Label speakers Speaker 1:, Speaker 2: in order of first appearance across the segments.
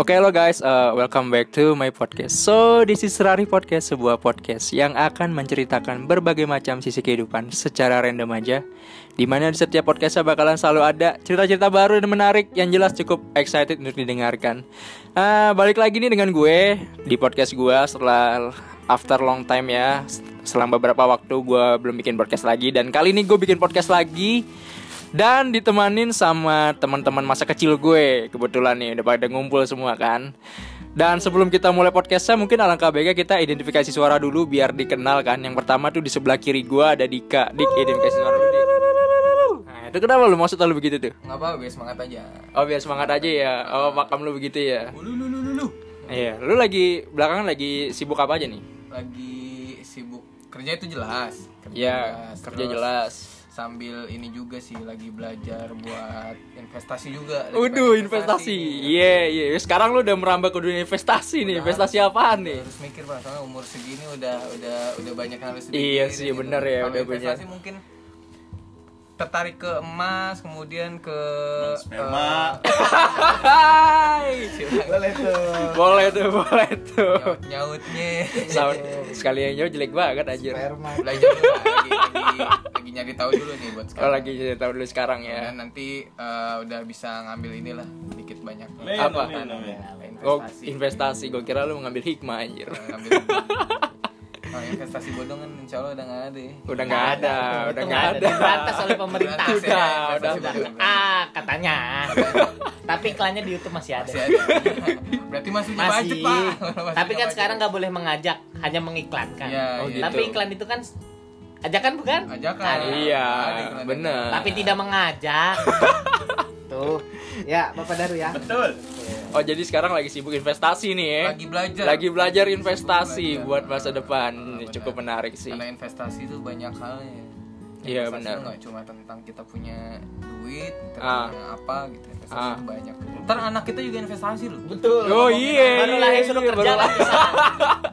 Speaker 1: Oke lo guys, uh, welcome back to my podcast. So this is Rari Podcast, sebuah podcast yang akan menceritakan berbagai macam sisi kehidupan secara random aja. Dimana di setiap podcastnya bakalan selalu ada cerita-cerita baru dan menarik yang jelas cukup excited untuk didengarkan. Ah, balik lagi nih dengan gue di podcast gue setelah after long time ya, selang beberapa waktu gue belum bikin podcast lagi dan kali ini gue bikin podcast lagi dan ditemanin sama teman-teman masa kecil gue kebetulan nih udah pada ngumpul semua kan dan sebelum kita mulai podcastnya mungkin alangkah baiknya kita identifikasi suara dulu biar dikenal kan yang pertama tuh di sebelah kiri gue ada Dika Dik identifikasi suara dulu Dik nah itu kenapa lu maksud lu begitu tuh
Speaker 2: Nggak apa-apa, gue semangat aja.
Speaker 1: oh biar semangat aja ya oh makam lu begitu ya
Speaker 2: Ulu lu lu lu lu.
Speaker 1: iya lu lagi belakangan lagi sibuk apa aja nih
Speaker 2: Lagi sibuk kerja itu jelas. Kerja
Speaker 1: Iya, kerja
Speaker 2: Terus
Speaker 1: jelas.
Speaker 2: Sambil ini juga sih lagi belajar buat investasi juga. Lagi
Speaker 1: Waduh
Speaker 2: pengen
Speaker 1: investasi, iya iya. Sekarang lu udah merambah ke dunia investasi nih. Investasi apaan nih?
Speaker 2: Ya, Harus mikir Pak, soalnya umur segini udah udah udah banyak yang harus
Speaker 1: Iya
Speaker 2: dipikirin
Speaker 1: sih,
Speaker 2: gitu.
Speaker 1: bener ya,
Speaker 2: Kalau
Speaker 1: udah
Speaker 2: investasi mungkin tertarik ke emas, kemudian ke
Speaker 3: sperma
Speaker 1: Hai.
Speaker 2: eh, boleh tuh.
Speaker 1: Boleh tuh, boleh tuh.
Speaker 2: Nyaut- Nyautnya.
Speaker 1: Sound sekalian nyawa jelek banget anjir.
Speaker 3: sperma
Speaker 2: Belajar dulu lah, lagi, lagi, lagi nyari tahu dulu nih buat
Speaker 1: Kalau
Speaker 2: sekarang.
Speaker 1: lagi jadi tahu dulu sekarang ya.
Speaker 2: Dan nanti eh, udah bisa ngambil inilah dikit banyak Ah,
Speaker 3: Lain,
Speaker 1: Apa?
Speaker 3: lain, lain.
Speaker 1: Gua
Speaker 2: investasi.
Speaker 1: investasi, gua kira lu mengambil hikmah anjir.
Speaker 2: Eh, ngambil Kalau investasi bodong kan insya Allah udah nggak ada ya.
Speaker 1: Udah nggak ada, udah nggak ada.
Speaker 4: Diberantas oleh pemerintah.
Speaker 2: Diberantas ya,
Speaker 1: Udah,
Speaker 2: investasi
Speaker 1: udah.
Speaker 2: bodong.
Speaker 4: Ah, katanya. Tapi iklannya di YouTube masih ada.
Speaker 2: Masih ada. Berarti masih punya budget,
Speaker 4: Masih.
Speaker 2: Pak.
Speaker 4: Tapi kan sekarang nggak boleh mengajak, hanya mengiklankan.
Speaker 2: Iya,
Speaker 1: Oh,
Speaker 2: iya.
Speaker 1: gitu.
Speaker 4: Tapi iklan itu kan ajakan bukan?
Speaker 2: Ajakan.
Speaker 4: Ada.
Speaker 1: Iya,
Speaker 2: Ada iklan.
Speaker 1: bener.
Speaker 4: Tapi tidak mengajak.
Speaker 5: Tuh, ya Bapak Daru ya.
Speaker 3: betul
Speaker 1: Oh jadi sekarang lagi sibuk investasi nih ya?
Speaker 2: Lagi belajar.
Speaker 1: Lagi belajar
Speaker 2: Sibuk
Speaker 1: investasi
Speaker 2: belajar.
Speaker 1: buat masa depan.
Speaker 2: Ah, benar.
Speaker 1: Cukup menarik sih.
Speaker 2: Karena investasi itu banyak halnya. ya.
Speaker 1: Iya,
Speaker 2: Investasi
Speaker 1: benar.
Speaker 2: tuh nggak cuma tentang kita punya duit, kita
Speaker 1: Ah.
Speaker 2: punya apa gitu. Investasi
Speaker 1: Ah.
Speaker 2: tuh banyak. Ntar anak kita juga investasi loh.
Speaker 5: Betul.
Speaker 1: Oh iya.
Speaker 4: Baru lahir
Speaker 1: iya,
Speaker 4: suruh
Speaker 1: iya,
Speaker 4: kerja lah.
Speaker 1: baru lahir.
Speaker 4: bisa.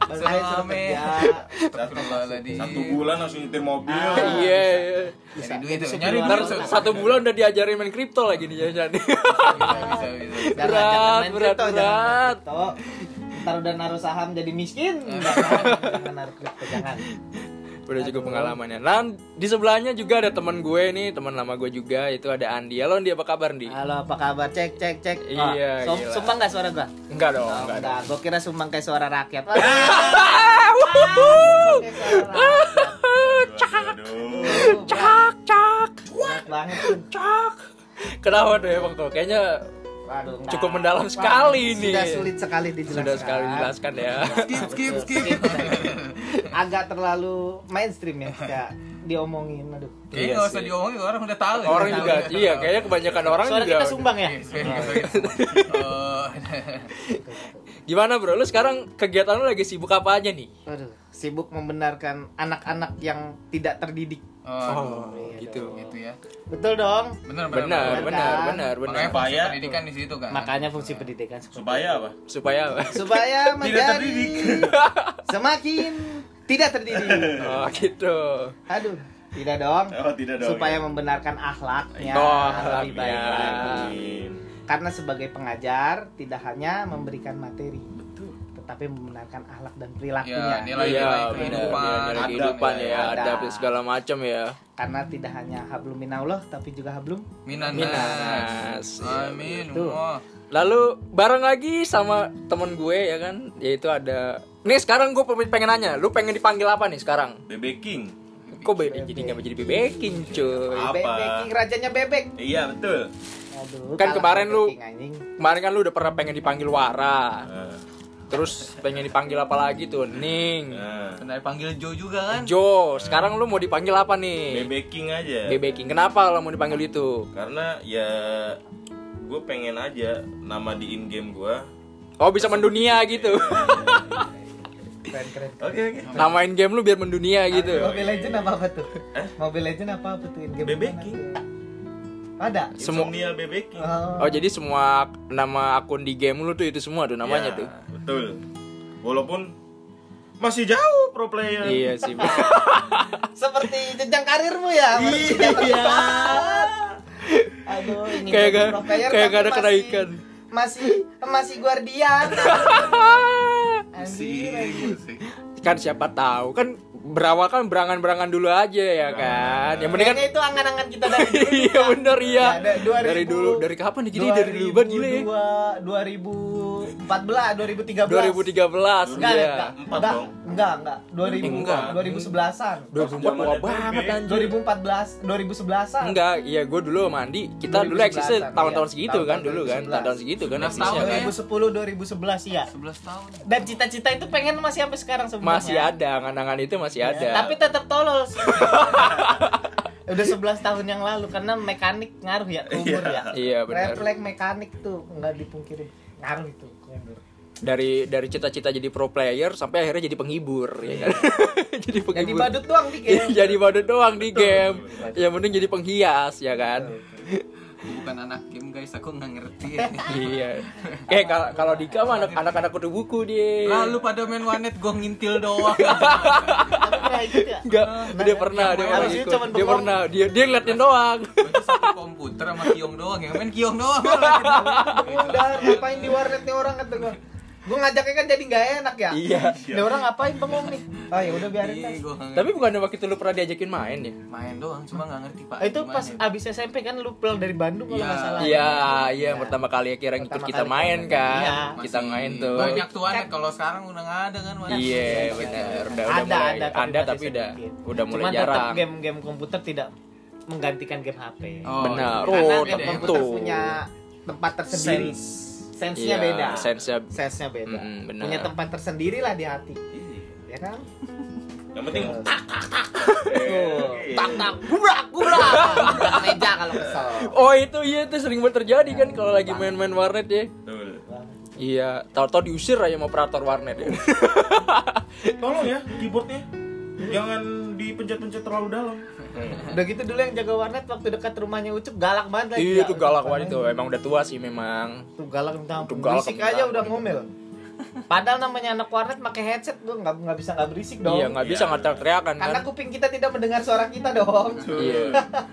Speaker 5: Saya suruh
Speaker 2: Selame.
Speaker 5: kerja.
Speaker 2: Astagfirullahaladzim.
Speaker 3: satu bulan langsung nyetir mobil
Speaker 1: Iya. iya.
Speaker 2: Nyari duit tuh. Nyari
Speaker 1: Ntar
Speaker 2: duit. tuh.
Speaker 1: satu bulan udah diajarin main kripto lagi nih jadi.
Speaker 2: Bisa, bisa, bisa. bisa.
Speaker 5: Jangan, jangan
Speaker 1: Berat,
Speaker 5: main
Speaker 1: berat,
Speaker 5: kripto, jangan main
Speaker 1: berat.
Speaker 5: kripto. Ntar udah naruh saham jadi miskin. Jangan naruh kripto, jangan.
Speaker 1: Udah cukup pengalamannya. Nah, di sebelahnya juga ada teman gue nih, teman lama gue juga itu ada Andi. Halo Andi, apa kabar Andi?
Speaker 5: Halo, apa kabar? Cek, cek, cek. Oh,
Speaker 1: Iya,
Speaker 5: sum-
Speaker 1: gila.
Speaker 5: sumbang nggak suara gua?
Speaker 1: Enggak dong,
Speaker 5: Oh,
Speaker 1: enggak dong.
Speaker 5: enggak, gua kira sumbang kayak suara rakyat.
Speaker 1: Ah, wuhuhu.
Speaker 5: Kayak suara rakyat.
Speaker 3: aduh
Speaker 1: Ah, Cak, cak,
Speaker 5: Enak banget. Kun.
Speaker 1: cak. Kenapa tuh emang tuh? Kayaknya
Speaker 5: Waduh, enggak.
Speaker 1: cukup mendalam sekali nih.
Speaker 5: Sudah sulit sekali dijelaskan.
Speaker 1: Sudah sekali dijelaskan ya.
Speaker 2: Skip, skip, skip.
Speaker 5: Agak terlalu mainstream ya, kayak diomongin. Aduh.
Speaker 2: Kayaknya
Speaker 1: Iya
Speaker 2: nggak usah
Speaker 1: sih.
Speaker 2: diomongin orang udah tahu. ya.
Speaker 1: Orang
Speaker 2: Udah
Speaker 1: juga, iya,
Speaker 2: tahu,
Speaker 1: Oh.
Speaker 2: udah
Speaker 1: kayaknya kebanyakan orang
Speaker 4: Suara
Speaker 1: juga.
Speaker 4: kita sumbang ya.
Speaker 2: tahu. Iya, suara kita Oh, sumbang. Oh.
Speaker 1: Gimana bro, lu sekarang kegiatan lu lagi sibuk apa aja nih?
Speaker 5: Aduh, sibuk membenarkan anak-anak yang tidak terdidik.
Speaker 2: Oh,
Speaker 1: Oh, gitu.
Speaker 2: gitu ya.
Speaker 5: Betul dong.
Speaker 2: Benar,
Speaker 1: Benar, benar, benar, benar.
Speaker 2: kan? Makanya fungsi
Speaker 3: Supaya
Speaker 2: pendidikan di situ kan.
Speaker 4: Makanya fungsi pendidikan.
Speaker 3: supaya apa
Speaker 1: Supaya apa?
Speaker 5: Supaya menjadi
Speaker 3: terdidik.
Speaker 5: semakin tidak terdidik.
Speaker 1: Oh, gitu.
Speaker 5: Aduh, tidak dong.
Speaker 3: oh tidak dong
Speaker 5: Supaya membenarkan akhlaknya
Speaker 1: Oh,
Speaker 5: lebih baik
Speaker 1: akhlaknya.
Speaker 5: lagi. Karena sebagai pengajar tidak hanya memberikan materi, tetapi membenarkan akhlak dan perilakunya.
Speaker 2: Ya, nilai-nilai
Speaker 1: Iya,
Speaker 2: kehidupan,
Speaker 1: benar. Nilai
Speaker 2: adab
Speaker 1: kehidupan
Speaker 2: ya,
Speaker 1: ya,
Speaker 5: adab.
Speaker 1: adab segala macam ya.
Speaker 5: Karena tidak hanya hablum minallah, tapi juga hablum.
Speaker 2: Minan.
Speaker 1: Minas. Iya.
Speaker 2: Amin.
Speaker 5: Betul.
Speaker 2: Wah.
Speaker 1: Lalu bareng lagi sama temen gue ya kan, yaitu ada. Nih sekarang gue pengen nanya, lu pengen dipanggil apa nih sekarang?
Speaker 3: bebek king
Speaker 1: Kok bebek jadi nggak menjadi bebekin cuy?
Speaker 3: Apa?
Speaker 5: Bebek, rajanya bebek.
Speaker 3: iya betul
Speaker 5: Aduh,
Speaker 1: Kan
Speaker 5: kalah
Speaker 1: kemarin lu-
Speaker 5: bebek, anjing.
Speaker 1: Kemarin kan lu udah pernah pengen dipanggil Wara,
Speaker 3: Eh,
Speaker 1: terus pengen dipanggil apa lagi tuh? Ning,
Speaker 3: eh.
Speaker 2: Kenapa panggil Joe juga kan?
Speaker 1: Jo. Sekarang lu mau dipanggil apa nih?
Speaker 3: bebek king aja
Speaker 1: Bebekin. Kenapa lo mau dipanggil itu?
Speaker 3: karena ya gue pengen aja nama di in game gue
Speaker 1: Oh bisa mendunia gitu.
Speaker 5: Keren, keren.
Speaker 3: oke oke
Speaker 1: Namain game lu biar mendunia gitu.
Speaker 5: Mobile Legend apa apa tuh? Mobile Legend apa apa tuh? Game
Speaker 3: Bebek
Speaker 5: mana
Speaker 3: King.
Speaker 5: tuh? Ada.
Speaker 1: Semua
Speaker 3: Insomnia bebek king
Speaker 5: Oh,
Speaker 1: Oh jadi semua nama akun di game lu tuh itu semua tuh namanya
Speaker 3: Ya,
Speaker 1: tuh.
Speaker 3: betul walaupun masih jauh pro player
Speaker 1: Iya sih. Bro.
Speaker 5: seperti jenjang karirmu ya. Iya. Aduh, ini
Speaker 1: kayak
Speaker 5: jadi
Speaker 1: gak
Speaker 5: pro player
Speaker 1: kayak
Speaker 5: tapi
Speaker 1: gak ada
Speaker 5: masih
Speaker 1: kenaikan.
Speaker 5: masih masih guardian.
Speaker 2: Musik, musik.
Speaker 1: kan siapa tahu kan berawal kan berangan-berangan dulu aja ya kan yang penting kan
Speaker 5: Kayaknya itu angan-angan kita dari dulu.
Speaker 1: iya bener iya
Speaker 5: Ya, da- 2000
Speaker 1: dari dulu dari kapan nih gini dari dulu banget gila ya
Speaker 5: 2002,
Speaker 1: 2013
Speaker 5: 2014, 2013. Enggak,
Speaker 1: iya
Speaker 5: enggak,
Speaker 3: Empat
Speaker 5: enggak,
Speaker 3: dong.
Speaker 5: enggak, enggak, 2000,
Speaker 1: Enggak.
Speaker 5: 2011-an,
Speaker 1: 2004 tua
Speaker 3: Zamannya
Speaker 1: banget
Speaker 3: PB.
Speaker 1: anjir
Speaker 5: 2014, 2011-an.
Speaker 1: enggak iya gue dulu sama Andi kita dulu
Speaker 5: 2011-an,
Speaker 1: eksisnya
Speaker 5: iya.
Speaker 1: tahun-tahun segitu kan
Speaker 5: Tahun-tahun
Speaker 1: dulu kan
Speaker 5: 2011.
Speaker 1: tahun-tahun segitu kan
Speaker 2: 11
Speaker 1: eksisnya
Speaker 2: tahun
Speaker 1: kan.
Speaker 2: ya.
Speaker 5: 2010 2011 iya.
Speaker 2: 11 tahun.
Speaker 4: Dan cita-cita itu pengen masih sampai sekarang sebenarnya.
Speaker 1: masih ada angan-angan itu masih
Speaker 5: Iya.
Speaker 4: Ya,
Speaker 1: ada
Speaker 4: Tapi tetap tolol sih. Udah 11 tahun yang lalu karena mekanik ngaruh ya ke umur ya.
Speaker 1: iya
Speaker 5: Red
Speaker 1: benar
Speaker 5: flag mekanik tuh enggak dipungkiri. Ngaruh itu. ngaruh.
Speaker 1: dari dari cita-cita jadi pro player sampai akhirnya jadi penghibur ya kan jadi
Speaker 5: Jadi
Speaker 1: penghibur
Speaker 5: badut doang
Speaker 4: ya.
Speaker 1: Iya,
Speaker 5: dikit.
Speaker 1: jadi badut doang di game yang penting jadi penghias ya kan
Speaker 2: Bukan anak game guys, aku nggak ngerti.
Speaker 1: iya eh kalau kalau Dika mah anak anak anak kutu buku dia
Speaker 2: Lalu pada main wanet gue ngintil doang.
Speaker 4: Tapi pernah gitu ya.
Speaker 1: Enggak, dia pernah, dia
Speaker 5: yang
Speaker 1: pernah
Speaker 5: harusnya
Speaker 1: ikut.
Speaker 5: cuman
Speaker 1: Dia
Speaker 5: bengong.
Speaker 1: pernah, dia dia ngeliatin doang.
Speaker 2: Berarti satu komputer sama Kiong doang yang main Kiong doang.
Speaker 5: Udah ngapain di warnetnya orang kata gua. Gua ngajaknya kan jadi nggak enak ya.
Speaker 1: Iya.
Speaker 5: Ini orang ngapain bengong nih?
Speaker 4: Ah,
Speaker 5: Oh ya udah biarin
Speaker 2: Iya,
Speaker 5: kan.
Speaker 2: gua nggak
Speaker 1: Tapi bukannya waktu itu lu pernah diajakin main ya?
Speaker 2: main doang cuma nggak ngerti pak
Speaker 4: Ah, Itu
Speaker 2: gimana
Speaker 4: pas
Speaker 2: ya.
Speaker 4: abis SMP kan lu pulang dari Bandung kalau
Speaker 2: Iya.
Speaker 4: nggak salah.
Speaker 1: Iya, iya pertama kali akhirnya ikut
Speaker 5: Pertama
Speaker 1: kita
Speaker 5: kali
Speaker 1: main kan.
Speaker 4: Iya.
Speaker 1: Kita
Speaker 2: Masih
Speaker 1: main tuh.
Speaker 2: banyak tuan kalau sekarang udah nggak ada kan wanet.
Speaker 1: Iya, benar. Udah udah
Speaker 4: Ada,
Speaker 1: mulai
Speaker 4: ada, tapi
Speaker 1: ada
Speaker 4: masih
Speaker 1: tapi udah
Speaker 4: sedikit.
Speaker 1: udah mulai
Speaker 4: Cuman tetap
Speaker 1: jarang.
Speaker 4: game-game komputer tidak menggantikan game HP.
Speaker 2: Oh,
Speaker 1: Benar. Oh,
Speaker 2: iya. Karena beda ya,
Speaker 1: tentu.
Speaker 5: Komputer punya tempat tersendiri.
Speaker 1: Iya,
Speaker 5: Sense-nya beda.
Speaker 1: sense-nya-
Speaker 5: Sense-nya beda.
Speaker 1: Mm, benar.
Speaker 5: punya tempat tersendiri lah di hati. Ya kan?
Speaker 3: Yang penting
Speaker 1: Iya.
Speaker 5: Terus.
Speaker 3: tak
Speaker 1: Oh.
Speaker 3: Iya,
Speaker 5: tak tak gubrak gubrak gubrak meja kalau kesel
Speaker 1: Oh itu iya itu sering banget terjadi kan kalau lagi main-main warnet ya.
Speaker 3: Betul.
Speaker 1: Iya, tau-tau diusir aja sama operator warnet ya.
Speaker 3: Tolong ya keyboardnya. Jangan dipencet-pencet terlalu dalam.
Speaker 5: udah gitu dulu yang jaga warnet waktu dekat rumahnya ucup galak banget lagi
Speaker 1: Iya itu galak banget itu, emang udah tua sih memang.
Speaker 5: tuh galak minta ampun
Speaker 1: Tuh galak
Speaker 5: berisik
Speaker 1: minta
Speaker 5: aja
Speaker 1: ampun.
Speaker 5: udah ngomel padahal namanya anak warnet pakai headset tuh nggak nggak bisa nggak berisik dong
Speaker 1: Iya nggak bisa
Speaker 3: Iya.
Speaker 1: nggak teriakan kan.
Speaker 5: karena kuping kita tidak mendengar suara kita dong
Speaker 1: Iya.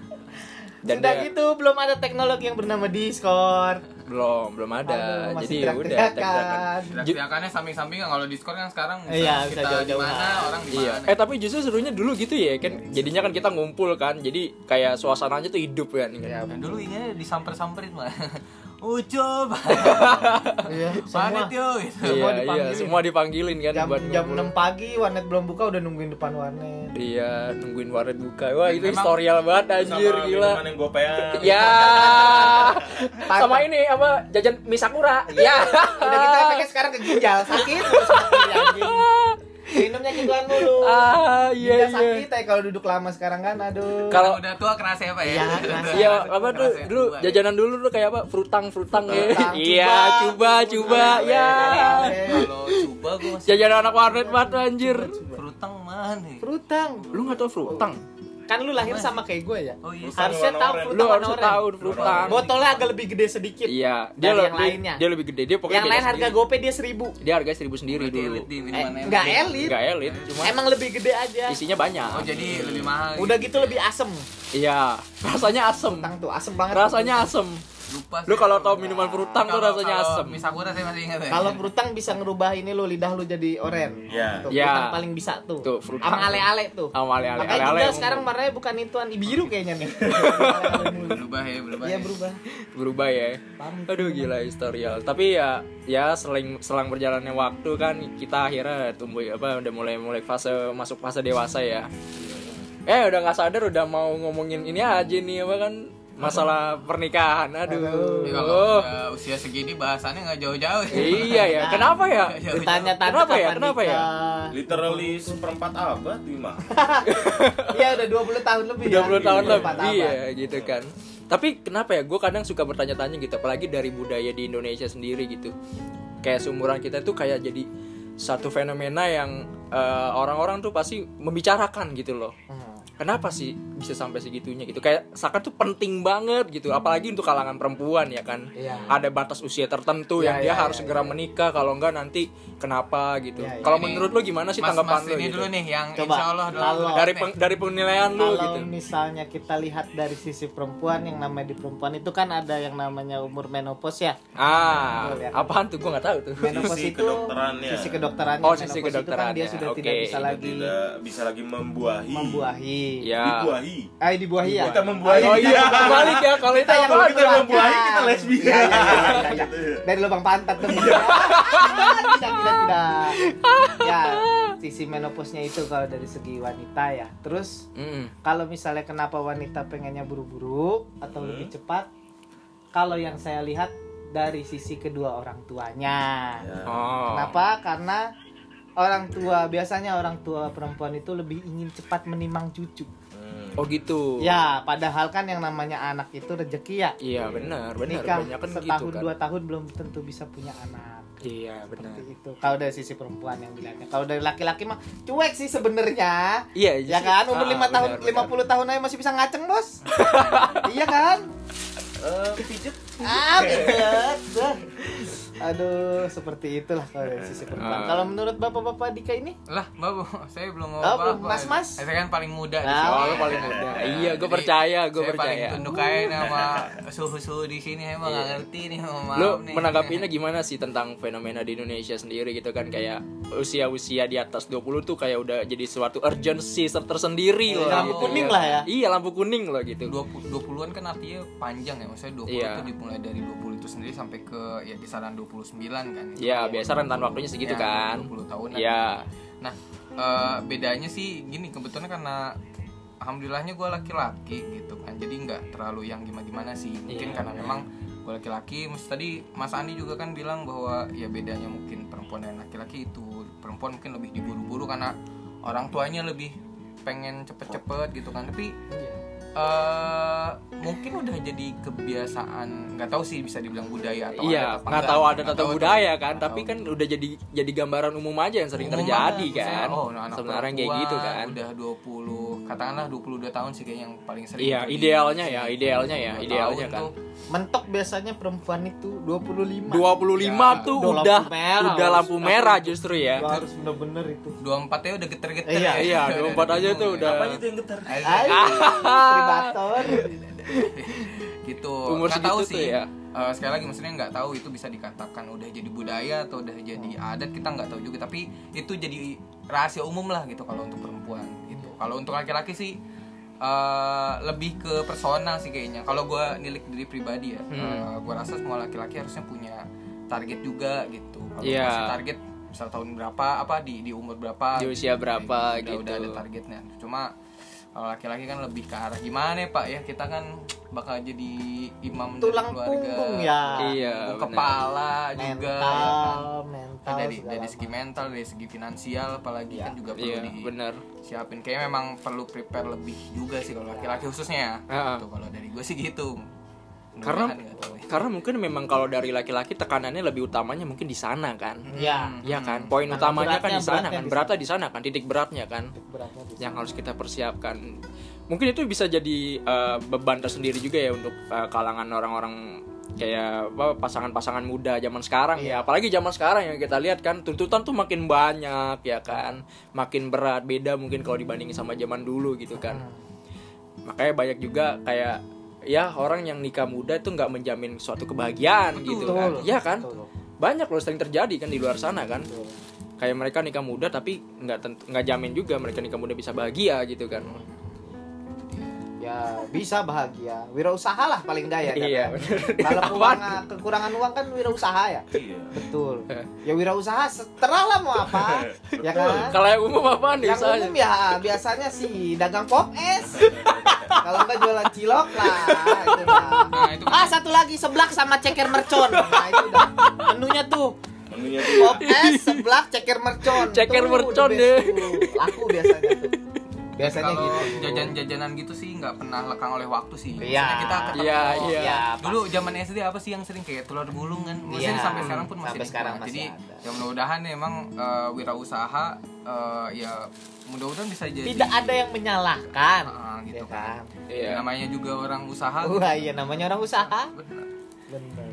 Speaker 1: Dan
Speaker 4: Sudah
Speaker 1: dia-
Speaker 4: gitu belum ada teknologi yang bernama Discord.
Speaker 1: belum belum ada
Speaker 5: Aduh,
Speaker 1: jadi
Speaker 5: masih
Speaker 1: udah
Speaker 5: teriak-teriakan.
Speaker 2: Teriak-teriakannya samping-sampingan kalau Discord kan sekarang
Speaker 4: Iya, bisa
Speaker 2: kita di
Speaker 4: jauh-jauhan.
Speaker 2: mana orang di
Speaker 1: iya
Speaker 2: mana.
Speaker 1: eh tapi justru serunya dulu gitu ya kan
Speaker 5: Iya.
Speaker 1: jadinya kan kita ngumpul kan jadi kayak suasananya tuh hidup kan
Speaker 5: Iya.
Speaker 2: Dan dulu ingatnya disamper-samperin mah. Ucup,
Speaker 5: iya
Speaker 2: wanet
Speaker 5: semua
Speaker 2: yuk
Speaker 1: iya
Speaker 2: gitu.
Speaker 5: Semua
Speaker 1: iya
Speaker 5: dipanggilin.
Speaker 1: semua dipanggilin kan
Speaker 5: jam
Speaker 1: buat
Speaker 5: jam
Speaker 1: ngumpul.
Speaker 5: 6 pagi warnet belum buka udah nungguin depan
Speaker 1: dia
Speaker 5: warnet
Speaker 1: Iya, nungguin warnet buka wah
Speaker 5: Iya,
Speaker 1: itu
Speaker 2: Memang-
Speaker 1: historial banget anjir
Speaker 3: Sama
Speaker 1: gila
Speaker 3: minuman yang gopean.
Speaker 1: ya sama ini apa jajan mie sakura ya
Speaker 5: udah kita efeknya sekarang ke ginjal sakit terus sakit, ya, anjing. minumnya gituan dulu
Speaker 1: ah
Speaker 5: Iya,
Speaker 1: iya iya
Speaker 5: sakit ya kalau duduk lama sekarang kan aduh.
Speaker 1: Kalau-
Speaker 2: Kalau udah tua kerasa ya, Pak ya.
Speaker 5: Iya,
Speaker 2: Udah
Speaker 5: kerasa.
Speaker 2: tua,
Speaker 1: Iya,
Speaker 2: kerasa-
Speaker 1: apa tuh
Speaker 2: kerasa
Speaker 1: dulu
Speaker 2: tua, ya.
Speaker 1: jajanan dulu tuh kayak apa? Frutang, frutang ya.
Speaker 5: Frutang,
Speaker 1: Iya, coba, coba, ya.
Speaker 2: Eh, Kalau coba gue masih
Speaker 1: Jajanan anak warnet banget anjir.
Speaker 2: perutang mana? ya?
Speaker 5: Frutang.
Speaker 1: Lu nggak tau frutang?
Speaker 4: Kan lu lahir sama kayak gue ya.
Speaker 2: Oh iya.
Speaker 3: Frutang
Speaker 4: Harusnya tahu
Speaker 3: warna oranye.
Speaker 1: Lu
Speaker 4: Frutang
Speaker 1: harus
Speaker 4: warna
Speaker 1: tahu
Speaker 4: oranye.
Speaker 1: frutang.
Speaker 4: Botolnya agak lebih gede sedikit.
Speaker 1: Iya, dia
Speaker 4: Dari
Speaker 1: lebih,
Speaker 4: yang lainnya.
Speaker 1: dia lebih gede. Dia pokoknya
Speaker 4: yang
Speaker 1: beda
Speaker 4: lain harga
Speaker 1: sendiri.
Speaker 4: GoPay dia 1000.
Speaker 1: Dia harga seribu sendiri
Speaker 2: Berarti
Speaker 1: dulu.
Speaker 2: elit di
Speaker 4: Eh,
Speaker 2: minuman
Speaker 4: enggak
Speaker 2: elit.
Speaker 4: elit.
Speaker 1: Enggak elit, cuma
Speaker 4: Emang lebih gede aja.
Speaker 1: isinya banyak.
Speaker 2: Oh jadi lebih mahal.
Speaker 4: Udah gitu lebih asem.
Speaker 1: Iya, rasanya asem.
Speaker 5: Frutang tuh asem banget.
Speaker 1: Rasanya asem.
Speaker 2: lupa. Eh,
Speaker 1: Lu kalau tau minuman frutang tuh
Speaker 2: Kalau-
Speaker 1: rasanya
Speaker 2: kalau
Speaker 1: asem.
Speaker 2: Misakura saya masih ingat ya.
Speaker 5: Kalau frutang bisa ngerubah ini lu lidah lu jadi oren.
Speaker 3: Iya.
Speaker 5: Tuh,
Speaker 1: Iya.
Speaker 5: Frutang paling bisa tuh.
Speaker 1: Tuh, frutang.
Speaker 5: Sama ale-ale tuh.
Speaker 1: Sama ale-ale.
Speaker 5: Makanya
Speaker 1: Ale-ale
Speaker 5: ginjal
Speaker 1: yang-
Speaker 5: sekarang warnanya bukan ituan biru kayaknya nih.
Speaker 2: berubah ya berubah.
Speaker 5: Iya
Speaker 2: ya.
Speaker 5: berubah.
Speaker 1: Berubah ya. Aduh gila historial. Tapi ya ya seling selang berjalannya waktu kan kita akhirnya tumbuh ya, apa udah mulai mulai fase masuk fase dewasa ya. Eh udah nggak sadar udah mau ngomongin ini aja nih apa kan masalah pernikahan. Aduh.
Speaker 2: Tapi Kalau udah usia segini bahasannya nggak jauh-jauh.
Speaker 1: Oh. Iya ya. Kenapa ya?
Speaker 4: Ditanya tante
Speaker 1: Kenapa ya?
Speaker 4: kapan
Speaker 1: Kenapa ya?
Speaker 4: nikah.
Speaker 3: Literally seperempat abad lima.
Speaker 5: Iya udah 20 tahun lebih ya.
Speaker 1: 30 tahun
Speaker 5: Empat
Speaker 1: lebih
Speaker 5: abad.
Speaker 1: ya gitu kan. Tapi kenapa ya? Gue kadang suka bertanya-tanya gitu, apalagi dari budaya di Indonesia sendiri gitu. Kayak seumuran kita tuh kayak jadi
Speaker 5: Hmm.
Speaker 1: satu fenomena yang eh, orang-orang tuh pasti membicarakan gitu loh. kenapa sih bisa sampai segitunya gitu kayak soccer tuh penting banget gitu apalagi untuk kalangan perempuan ya kan
Speaker 5: Iya.
Speaker 1: ada batas usia tertentu
Speaker 5: Iya,
Speaker 1: yang dia
Speaker 5: iya,
Speaker 1: harus
Speaker 5: iya,
Speaker 1: segera menikah kalau enggak nanti kenapa gitu
Speaker 5: Iya, iya.
Speaker 1: kalau
Speaker 2: Ini
Speaker 1: menurut lo gimana sih
Speaker 2: mas,
Speaker 1: tanggapan
Speaker 2: mas
Speaker 1: lo
Speaker 2: ini
Speaker 1: gitu?
Speaker 2: dulu nih yang
Speaker 5: Coba,
Speaker 2: insya Allah dalam
Speaker 5: kalau-
Speaker 1: dari
Speaker 2: nih.
Speaker 1: peng- dari penilaian lo
Speaker 5: kalau
Speaker 1: gitu
Speaker 5: misalnya kita lihat dari sisi perempuan yang namanya di perempuan itu kan ada yang namanya umur menopause ya
Speaker 1: ah
Speaker 5: Betul, ya.
Speaker 1: apaan tuh gue nggak tahu tuh
Speaker 5: menopause
Speaker 3: Sisi
Speaker 5: itu
Speaker 3: kedokterannya.
Speaker 5: sisi kedokterannya
Speaker 1: Oh, sisi
Speaker 5: Menopause itu kan
Speaker 1: kedokterannya.
Speaker 5: dia sudah
Speaker 1: Oke,
Speaker 5: tidak bisa
Speaker 1: sudah
Speaker 5: lagi
Speaker 3: tidak bisa lagi membuahi.
Speaker 5: membuahi
Speaker 1: ya
Speaker 3: Dibuahi.
Speaker 5: ah dibuahi ya
Speaker 3: Kita membuahi.
Speaker 1: oh iya balik ya kalau itu
Speaker 5: Kita yang
Speaker 1: apa
Speaker 3: Kita
Speaker 5: Kebetulan.
Speaker 3: membuahi kita lesbian.
Speaker 5: Iya, iya, iya, iya, iya. dari lubang pantat tuh
Speaker 1: Iya.
Speaker 5: tidak tidak tidak ya sisi menopausnya itu kalau dari segi wanita ya terus
Speaker 1: Mm-mm.
Speaker 5: kalau misalnya kenapa wanita pengennya buru-buru atau
Speaker 3: Hmm.
Speaker 5: lebih cepat kalau yang saya lihat dari sisi kedua orang tuanya
Speaker 1: oh
Speaker 3: Ya.
Speaker 5: Nah, kenapa karena orang tua biasanya orang tua perempuan itu lebih ingin cepat menimang cucu
Speaker 3: Hmm.
Speaker 1: oh gitu
Speaker 5: ya padahal kan yang namanya anak itu rezeki ya
Speaker 1: iya benar benar
Speaker 5: nikah
Speaker 1: banyak kan gitu
Speaker 5: setahun
Speaker 1: kan
Speaker 5: dua tahun belum tentu bisa punya anak
Speaker 1: iya benar
Speaker 5: Seperti itu kalau dari sisi perempuan yang bilangnya kalau dari laki-laki mah cuek sih sebenarnya
Speaker 1: iya
Speaker 5: Ya kan, umur 5 tahun, 50 tahun aja masih bisa ngaceng, Bos. iya kan?
Speaker 3: Eh, pijet.
Speaker 5: Ah, pijet. Dah. Aduh, seperti itulah kalau dari sisi perempuan.
Speaker 1: Ah.
Speaker 5: Kalau menurut Bapak-bapak Dika ini?
Speaker 2: lah mbak Bu, saya belum mau
Speaker 5: Oh,
Speaker 2: apa-apa.
Speaker 5: belum. Mas, Mas?
Speaker 2: saya kan paling muda di
Speaker 5: Nah,
Speaker 2: sini.
Speaker 1: Oh, lu paling muda. Iya, gue
Speaker 2: Nah, Jadi,
Speaker 1: percaya, gue
Speaker 2: saya paling
Speaker 1: percaya. Iya.
Speaker 2: tunduk aja sama suhu-suhu di sini emang nggak ngerti nih mohon maaf
Speaker 1: Lu
Speaker 2: nih.
Speaker 1: menanggapinya gimana sih tentang fenomena di Indonesia sendiri gitu kan kayak usia-usia di atas 20 tuh kayak udah jadi suatu urgency ser- tersendiri
Speaker 5: Iya,
Speaker 1: loh
Speaker 5: lampu
Speaker 1: gitu
Speaker 5: kuning lah ya.
Speaker 1: Iya, lampu kuning loh gitu.
Speaker 2: 20 20-an kan artinya panjang ya maksudnya 20
Speaker 1: Iya.
Speaker 2: itu dimulai dari 20 itu sendiri sampai ke ya kisaran 29 kan itu
Speaker 1: Iya, biasa rentan waktunya segitu
Speaker 2: Ya,
Speaker 1: kan.
Speaker 2: 20 tahunan
Speaker 1: Iya.
Speaker 2: Nah, eh, bedanya sih gini kebetulan karena alhamdulillahnya gue laki-laki gitu kan. Jadi nggak terlalu yang gimana-gimana sih. Mungkin
Speaker 1: Iya,
Speaker 2: karena
Speaker 1: benar.
Speaker 2: memang gue laki-laki. Mas tadi Mas Andi juga kan bilang bahwa ya bedanya mungkin perempuan dan laki-laki itu perempuan mungkin lebih diburu-buru karena orang tuanya lebih pengen cepet-cepet gitu kan. Tapi
Speaker 1: Iya.
Speaker 2: eh, mungkin udah jadi kebiasaan nggak tahu sih bisa dibilang budaya atau
Speaker 1: Iya,
Speaker 2: adat apa
Speaker 1: nggak
Speaker 2: enggak,
Speaker 1: tahu adat
Speaker 2: nggak
Speaker 1: atau
Speaker 2: tahu
Speaker 1: budaya kan,
Speaker 2: nggak
Speaker 1: tapi
Speaker 2: tahu. Oh,
Speaker 1: kan udah jadi jadi gambaran umum aja yang sering
Speaker 2: Umum
Speaker 1: terjadi
Speaker 2: banget,
Speaker 1: kan.
Speaker 2: misalnya, oh, anak
Speaker 1: Sebenarnya kayak
Speaker 2: perempuan
Speaker 1: gitu kan.
Speaker 2: Udah 20, katakanlah 22 tahun sih kayaknya yang paling sering.
Speaker 1: Iya,
Speaker 2: terjadi.
Speaker 1: idealnya ya, idealnya ya,
Speaker 2: 22
Speaker 1: idealnya
Speaker 2: tahun
Speaker 1: kan.
Speaker 2: tuh,
Speaker 5: Mentok biasanya perempuan itu 25.
Speaker 1: 25
Speaker 2: Ya,
Speaker 1: tuh
Speaker 5: udah lampu
Speaker 1: udah
Speaker 5: merah.
Speaker 1: udah lampu merah justru ya.
Speaker 5: Lu harus bener-bener itu.
Speaker 2: 24 ya udah geter-geter
Speaker 5: Iya,
Speaker 2: ya.
Speaker 1: iya, 24 aja tuh udah.
Speaker 3: Apanya tuh yang getar?
Speaker 2: Ayo,
Speaker 5: Ay, privator.
Speaker 2: gitu.
Speaker 1: Umur
Speaker 2: nggak tahu
Speaker 1: segitu tuh
Speaker 2: sih.
Speaker 1: ya.
Speaker 2: Eh, sekali lagi maksudnya nggak tahu itu bisa dikatakan udah jadi budaya atau udah jadi
Speaker 1: Hmm.
Speaker 2: adat kita nggak tahu juga tapi itu jadi rahasia umum lah gitu kalau untuk perempuan gitu
Speaker 1: Hmm.
Speaker 2: kalau untuk laki-laki sih eh, lebih ke personal sih kayaknya kalau gue nilik diri pribadi ya
Speaker 1: Hmm.
Speaker 2: gue rasa semua laki-laki harusnya punya target juga gitu kalau
Speaker 1: Iya.
Speaker 2: masih target misal tahun berapa apa di di umur berapa
Speaker 1: Di usia berapa
Speaker 2: Iya, udah, udah ada
Speaker 1: gitu.
Speaker 2: targetnya cuma kalau laki-laki kan lebih ke arah gimana ya pak ya kita kan bakal jadi imam dari
Speaker 5: Tulang
Speaker 2: keluarga.
Speaker 5: punggung ya.
Speaker 1: Iya, benar.
Speaker 2: Punggung kepala juga ya kan.
Speaker 5: Mental,
Speaker 2: Kan
Speaker 5: mental.
Speaker 2: dari
Speaker 5: segala
Speaker 2: dari segi
Speaker 5: macam.
Speaker 2: mental dari segi finansial apalagi kan juga perlu
Speaker 1: Iya,
Speaker 2: di
Speaker 1: benar.
Speaker 2: siapin kayaknya memang perlu prepare lebih juga sih kalau laki-laki khususnya ya
Speaker 1: Heeh.
Speaker 2: Tuh, kalau dari gue sih gitu
Speaker 1: Ah. Karena-
Speaker 2: Mudah-mudahan nggak tahu ya.
Speaker 1: Karena mungkin memang kalau dari laki-laki tekanannya lebih utamanya mungkin di sana kan.
Speaker 5: Iya.
Speaker 1: Iya
Speaker 2: Hmm.
Speaker 1: kan? Poin
Speaker 5: Karena
Speaker 1: utamanya kan
Speaker 5: beratnya-
Speaker 1: di sana
Speaker 5: beratnya
Speaker 1: kan.
Speaker 5: di
Speaker 1: Beratnya di sana kan, titik beratnya kan
Speaker 5: Beratnya di
Speaker 1: yang harus kita persiapkan. Mungkin itu bisa jadi eh, beban tersendiri juga ya untuk eh, kalangan orang-orang kayak apa, pasangan-pasangan muda zaman sekarang
Speaker 5: Iya.
Speaker 1: ya. Apalagi zaman sekarang yang kita lihat kan tuntutan tuh makin banyak ya kan. Makin berat, beda mungkin kalau dibandingin sama zaman dulu gitu kan.
Speaker 5: Hmm.
Speaker 1: makanya banyak juga kayak ya orang yang nikah muda itu nggak menjamin suatu kebahagiaan gitu kan ya kan
Speaker 5: Betul.
Speaker 1: banyak loh sering terjadi kan di luar sana kan
Speaker 5: Betul.
Speaker 1: kayak mereka nikah muda tapi nggak tentu- nggak jamin juga mereka nikah muda bisa bahagia gitu kan
Speaker 5: ya bisa bahagia wirausaha lah paling daya kan?
Speaker 1: Iya, bener.
Speaker 5: kalau
Speaker 1: Apaan?
Speaker 5: kekurangan, kekurangan uang kan wirausaha ya
Speaker 3: Iya.
Speaker 5: betul
Speaker 1: Eh.
Speaker 5: ya wirausaha terserah lah mau apa ya kan
Speaker 1: kalau yang umum apa nih
Speaker 5: yang
Speaker 1: usahanya?
Speaker 5: umum ya biasanya sih dagang pop es kalau enggak jualan cilok lah, itu lah.
Speaker 2: Nah, itu kan-
Speaker 5: ah satu lagi seblak sama ceker mercon nah itu udah menunya tuh
Speaker 3: Menunya tuh
Speaker 5: Oh.
Speaker 3: ya.
Speaker 5: pop es seblak ceker mercon
Speaker 1: Ceker
Speaker 5: Tuh,
Speaker 1: mercon
Speaker 5: the best
Speaker 1: deh.
Speaker 5: tuh. laku biasanya tuh biasanya
Speaker 2: kalau
Speaker 5: gitu
Speaker 2: jajan-jajanan gitu sih nggak pernah lekang oleh waktu sih.
Speaker 5: Iya.
Speaker 2: Maksudnya kita ketemu.
Speaker 1: Iya, iya.
Speaker 5: Iya,
Speaker 2: Dulu zaman SD apa sih yang sering kayak telur gulung kan? Maksudnya
Speaker 5: Iya.
Speaker 2: sampai sekarang pun masih
Speaker 5: Sampai
Speaker 2: ada.
Speaker 5: sekarang masih
Speaker 2: Jadi
Speaker 5: ada.
Speaker 2: ya mudah-mudahan emang eh, wirausaha eh, ya mudah-mudahan bisa jadi
Speaker 4: tidak ada yang menyalahkan
Speaker 2: Ah, gitu
Speaker 5: ya
Speaker 2: kan. Ah, gitu.
Speaker 5: kan
Speaker 2: Ya,
Speaker 1: Iya.
Speaker 2: Namanya juga orang usaha.
Speaker 5: Uh.
Speaker 4: wah iya namanya orang usaha
Speaker 2: Benar.
Speaker 5: bener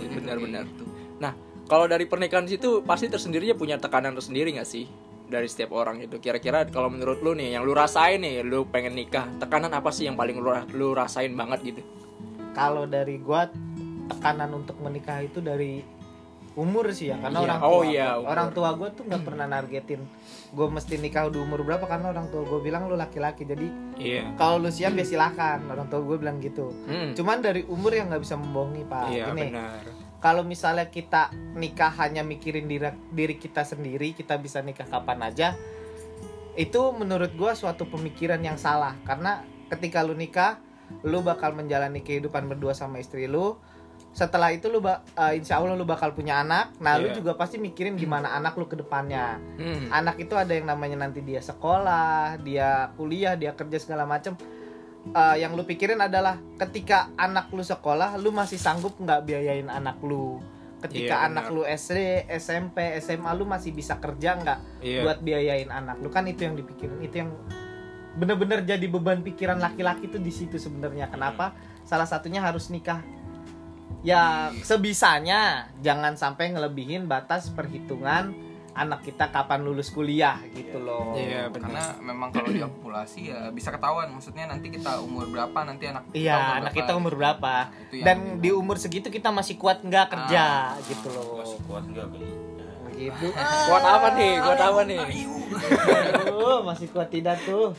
Speaker 1: Iya,
Speaker 2: tuh
Speaker 1: benar,
Speaker 2: kayak
Speaker 1: benar.
Speaker 2: gitu.
Speaker 1: Nah, kalau dari pernikahan situ pasti tersendirinya punya tekanan tersendiri nggak sih dari setiap orang itu? Kira-kira kalau menurut lu nih, yang lu rasain nih, lu pengen nikah, tekanan apa sih yang paling lu, lu rasain banget gitu?
Speaker 5: kalau dari gua tekanan untuk menikah itu dari umur sih ya karena
Speaker 1: Iya.
Speaker 5: orang tua
Speaker 1: Oh, iya, umur.
Speaker 5: orang tua gue tuh nggak pernah nargetin gue mesti nikah di umur berapa karena orang tua gue bilang lu laki-laki jadi
Speaker 1: Iya.
Speaker 5: kalau lu siap ya silakan orang tua gue bilang gitu
Speaker 1: Hmm.
Speaker 5: cuman dari umur yang nggak bisa membohongi pak
Speaker 1: Iya,
Speaker 5: Gini,
Speaker 1: benar.
Speaker 5: kalau misalnya kita nikah hanya mikirin diri, diri kita sendiri kita bisa nikah kapan aja itu menurut gua suatu pemikiran yang salah karena ketika lu nikah lu bakal menjalani kehidupan berdua sama istri lu setelah itu lu ba- eh, insya Allah lu bakal punya anak nah lu
Speaker 3: Iya.
Speaker 5: juga pasti mikirin gimana anak lu ke depannya
Speaker 1: Hmm.
Speaker 5: anak itu ada yang namanya nanti dia sekolah, dia kuliah, dia kerja segala macem. Eh, yang lu pikirin adalah ketika anak lu sekolah, lu masih sanggup nggak biayain anak lu.
Speaker 1: Iya,
Speaker 5: Ketika anak lu SD, SMP, SMA, lu masih bisa kerja nggak
Speaker 1: Iya.
Speaker 5: buat biayain anak lu kan itu yang dipikirin, itu yang bener-bener jadi beban pikiran laki-laki tuh di situ sebenarnya. Kenapa? Salah satunya harus nikah. Ya sebisanya, jangan sampai ngelebihin batas perhitungan anak kita kapan lulus kuliah gitu loh.
Speaker 1: Iya,
Speaker 2: Karena
Speaker 1: benar.
Speaker 2: memang kalau diakumulasi ya bisa ketahuan. Maksudnya nanti kita umur berapa nanti anak umur
Speaker 5: Iya, anak
Speaker 2: berapa. Nah,
Speaker 5: kita umur berapa?
Speaker 2: Itu yang-
Speaker 5: Dan di umur segitu kita masih kuat nggak
Speaker 2: Iya,
Speaker 5: kerja
Speaker 2: Ah.
Speaker 5: gitu loh.
Speaker 3: masih kuat nggak beli
Speaker 5: Gitu.
Speaker 1: Kuat apa nih? Kuat apa nih?
Speaker 5: Aduh, masih kuat tidak tuh.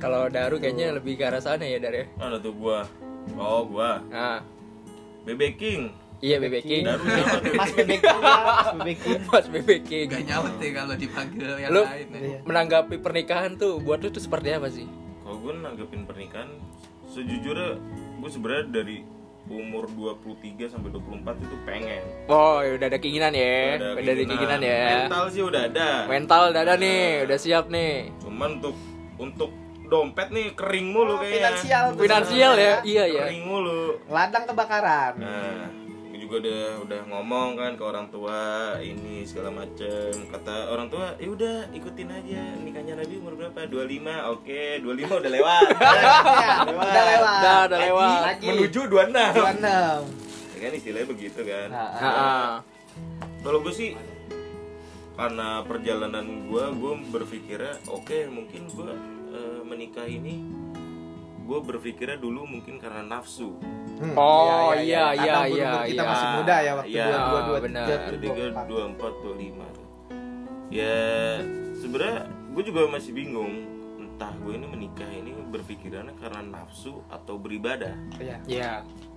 Speaker 1: Kalau Daru kayaknya lebih ke arah sana ya, Dar ya.
Speaker 3: mana tuh gua oh gua
Speaker 1: Nah,
Speaker 3: bebek king
Speaker 1: iya Bebek King.
Speaker 3: daru ya. siapa tuh
Speaker 5: Mas bebek juga, Mas bebek juga.
Speaker 1: Mas Bebek King.
Speaker 2: Gak nyaut ya kalau dipanggil yang
Speaker 1: Lu-
Speaker 2: lain. ya.
Speaker 5: Iya.
Speaker 1: Menanggapi pernikahan tuh buat lu tuh seperti apa sih?
Speaker 3: kalau gue nanggepin pernikahan sejujurnya gue sebenarnya dari umur 23 sampai 24 itu pengen
Speaker 1: Oh, ya udah ada keinginan ya. Udah ada keinginan ya.
Speaker 3: mental sih udah ada
Speaker 1: Mental udah ada nih, udah siap nih.
Speaker 3: cuman untuk untuk dompet nih kering mulu kayaknya
Speaker 5: Oh, Finansial. tuh
Speaker 1: Finansial ya,
Speaker 5: sebenarnya.
Speaker 1: iya ya.
Speaker 3: kering mulu
Speaker 5: Ladang kebakaran.
Speaker 3: nah gue juga udah udah ngomong kan ke orang tua ini segala macem kata orang tua ya udah ikutin aja nikahnya Nabi umur berapa 25 oke 25 udah lewat
Speaker 5: Ya, udah lewat.
Speaker 1: Udah, udah lewat.
Speaker 5: Lagi.
Speaker 3: menuju 26
Speaker 5: 26.
Speaker 3: ya kan istilahnya begitu kan
Speaker 1: Ah.
Speaker 5: Nah,
Speaker 1: Heeh.
Speaker 3: kalau gue sih karena perjalanan gue gue berpikirnya oke mungkin gue eh, menikah ini gue berpikirnya dulu mungkin karena nafsu
Speaker 1: Oh iya
Speaker 5: Karena
Speaker 1: iya
Speaker 5: umur-umur
Speaker 1: iya
Speaker 5: kita
Speaker 1: iya.
Speaker 5: masih muda ya waktu
Speaker 3: Iya,
Speaker 5: dua dua dua tiga
Speaker 1: benar.
Speaker 5: tuh,
Speaker 3: jadi gue
Speaker 5: dua empat.
Speaker 3: dua empat dua lima ya sebenarnya gue juga masih bingung entah gue ini menikah ini berpikirannya karena nafsu atau beribadah
Speaker 5: Iya.
Speaker 1: Iya.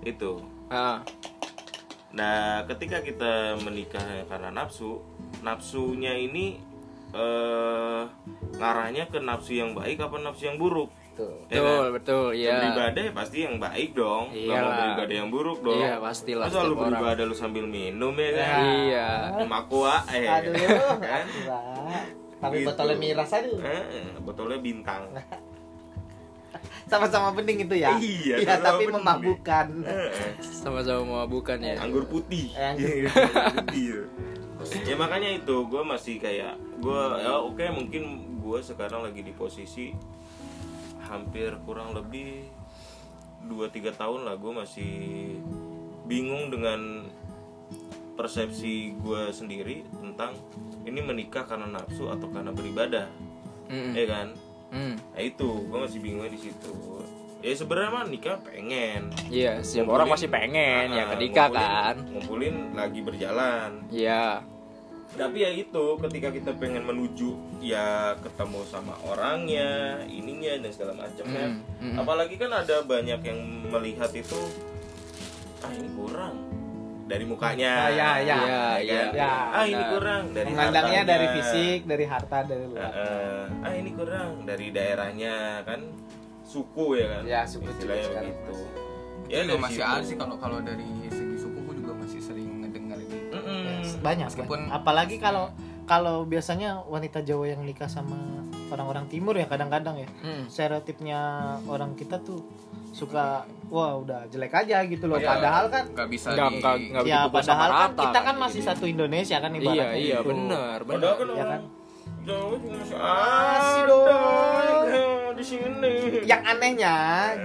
Speaker 3: itu
Speaker 1: Heeh.
Speaker 3: Nah, ketika kita menikah karena nafsu, nafsunya ini eh ngarahnya ke nafsu yang baik apa nafsu yang buruk?
Speaker 5: Tuh.
Speaker 3: Ya kan?
Speaker 1: Betul betul iya.
Speaker 3: Beribadah ya pasti yang baik dong. Nggak mau
Speaker 1: Iyalah.
Speaker 3: beribadah yang buruk dong.
Speaker 1: Iya, pastilah
Speaker 3: Masa lu
Speaker 1: setiap orang.
Speaker 3: beribadah lu sambil minum ya kan?
Speaker 1: Iya.
Speaker 3: Makua eh.
Speaker 5: Aduh,
Speaker 3: Kan?
Speaker 5: Wah, tapi
Speaker 3: Gitu.
Speaker 5: botolnya miras aduh.
Speaker 3: Eh, botolnya bintang.
Speaker 5: Sama-sama bening itu ya.
Speaker 3: Iya, sama-sama
Speaker 5: tapi
Speaker 3: bening.
Speaker 5: memabukkan.
Speaker 3: Eh,
Speaker 1: Sama-sama mau bukan ya.
Speaker 3: anggur putih.
Speaker 5: Eh, anggur
Speaker 3: Iya, anggur putih. ya. ya makanya itu gue masih kayak gue ya oke mungkin gue sekarang lagi di posisi hampir kurang lebih 2-3 tahun lah gue masih bingung dengan persepsi gue sendiri tentang ini menikah karena nafsu atau karena beribadah
Speaker 1: Mm-mm.
Speaker 3: ya kan
Speaker 1: Mm.
Speaker 3: nah itu gue masih bingungnya di situ ya sebenarnya mah nikah pengen
Speaker 1: Iya, setiap
Speaker 3: Ngumpulin-
Speaker 1: orang masih pengen ya
Speaker 3: Ah,
Speaker 1: ketika
Speaker 3: ngumpulin-
Speaker 1: kan.
Speaker 3: ngumpulin lagi berjalan
Speaker 1: Iya.
Speaker 3: tapi ya itu ketika kita pengen menuju ya ketemu sama orangnya ininya dan segala macamnya
Speaker 5: Hmm,
Speaker 1: Mm, mm.
Speaker 3: apalagi kan ada banyak yang melihat itu ah ini kurang dari
Speaker 5: Ah,
Speaker 3: mukanya
Speaker 5: ya,
Speaker 1: Iya,
Speaker 5: ya.
Speaker 3: kan?
Speaker 1: iya.
Speaker 3: ah ini
Speaker 1: Benar.
Speaker 3: kurang dari
Speaker 5: Memandangnya
Speaker 3: hartanya.
Speaker 5: dari fisik, dari harta, dari
Speaker 3: Ah,
Speaker 5: luar.
Speaker 3: ah. ah ini kurang dari daerahnya kan suku ya kan
Speaker 5: Ya, suku juga
Speaker 3: istilahnya
Speaker 5: sekarang
Speaker 3: begitu
Speaker 5: masih.
Speaker 3: ya
Speaker 2: Itu
Speaker 3: dari
Speaker 2: masih
Speaker 3: situ.
Speaker 2: ada sih kalau kalau dari segi suku gue juga masih sering ngedengar ini.
Speaker 3: Mm-mm.
Speaker 5: Banyak.
Speaker 2: Meskipun-
Speaker 5: banyak. Apalagi kalau kalau biasanya wanita Jawa yang nikah sama orang-orang timur ya kadang-kadang ya
Speaker 1: Mm.
Speaker 5: stereotipnya orang kita tuh suka wah udah jelek aja gitu loh
Speaker 2: Ya,
Speaker 5: padahal kan
Speaker 2: nggak bisa
Speaker 1: Nggak-
Speaker 2: di
Speaker 1: Oh, iya. nggak- nggak
Speaker 5: ya
Speaker 1: dipukul sama
Speaker 5: padahal kan
Speaker 1: rata
Speaker 5: kita
Speaker 1: kan
Speaker 5: kan masih
Speaker 1: jadi.
Speaker 5: satu Indonesia kan
Speaker 1: Iya
Speaker 5: ibaratnya
Speaker 1: iya
Speaker 5: gitu.
Speaker 1: benar
Speaker 3: Padahal kan
Speaker 1: benar.
Speaker 5: ya
Speaker 3: orang
Speaker 5: kan?
Speaker 3: Jawa juga masih
Speaker 5: Masih
Speaker 3: ada
Speaker 5: dong.
Speaker 3: di sini.
Speaker 5: yang anehnya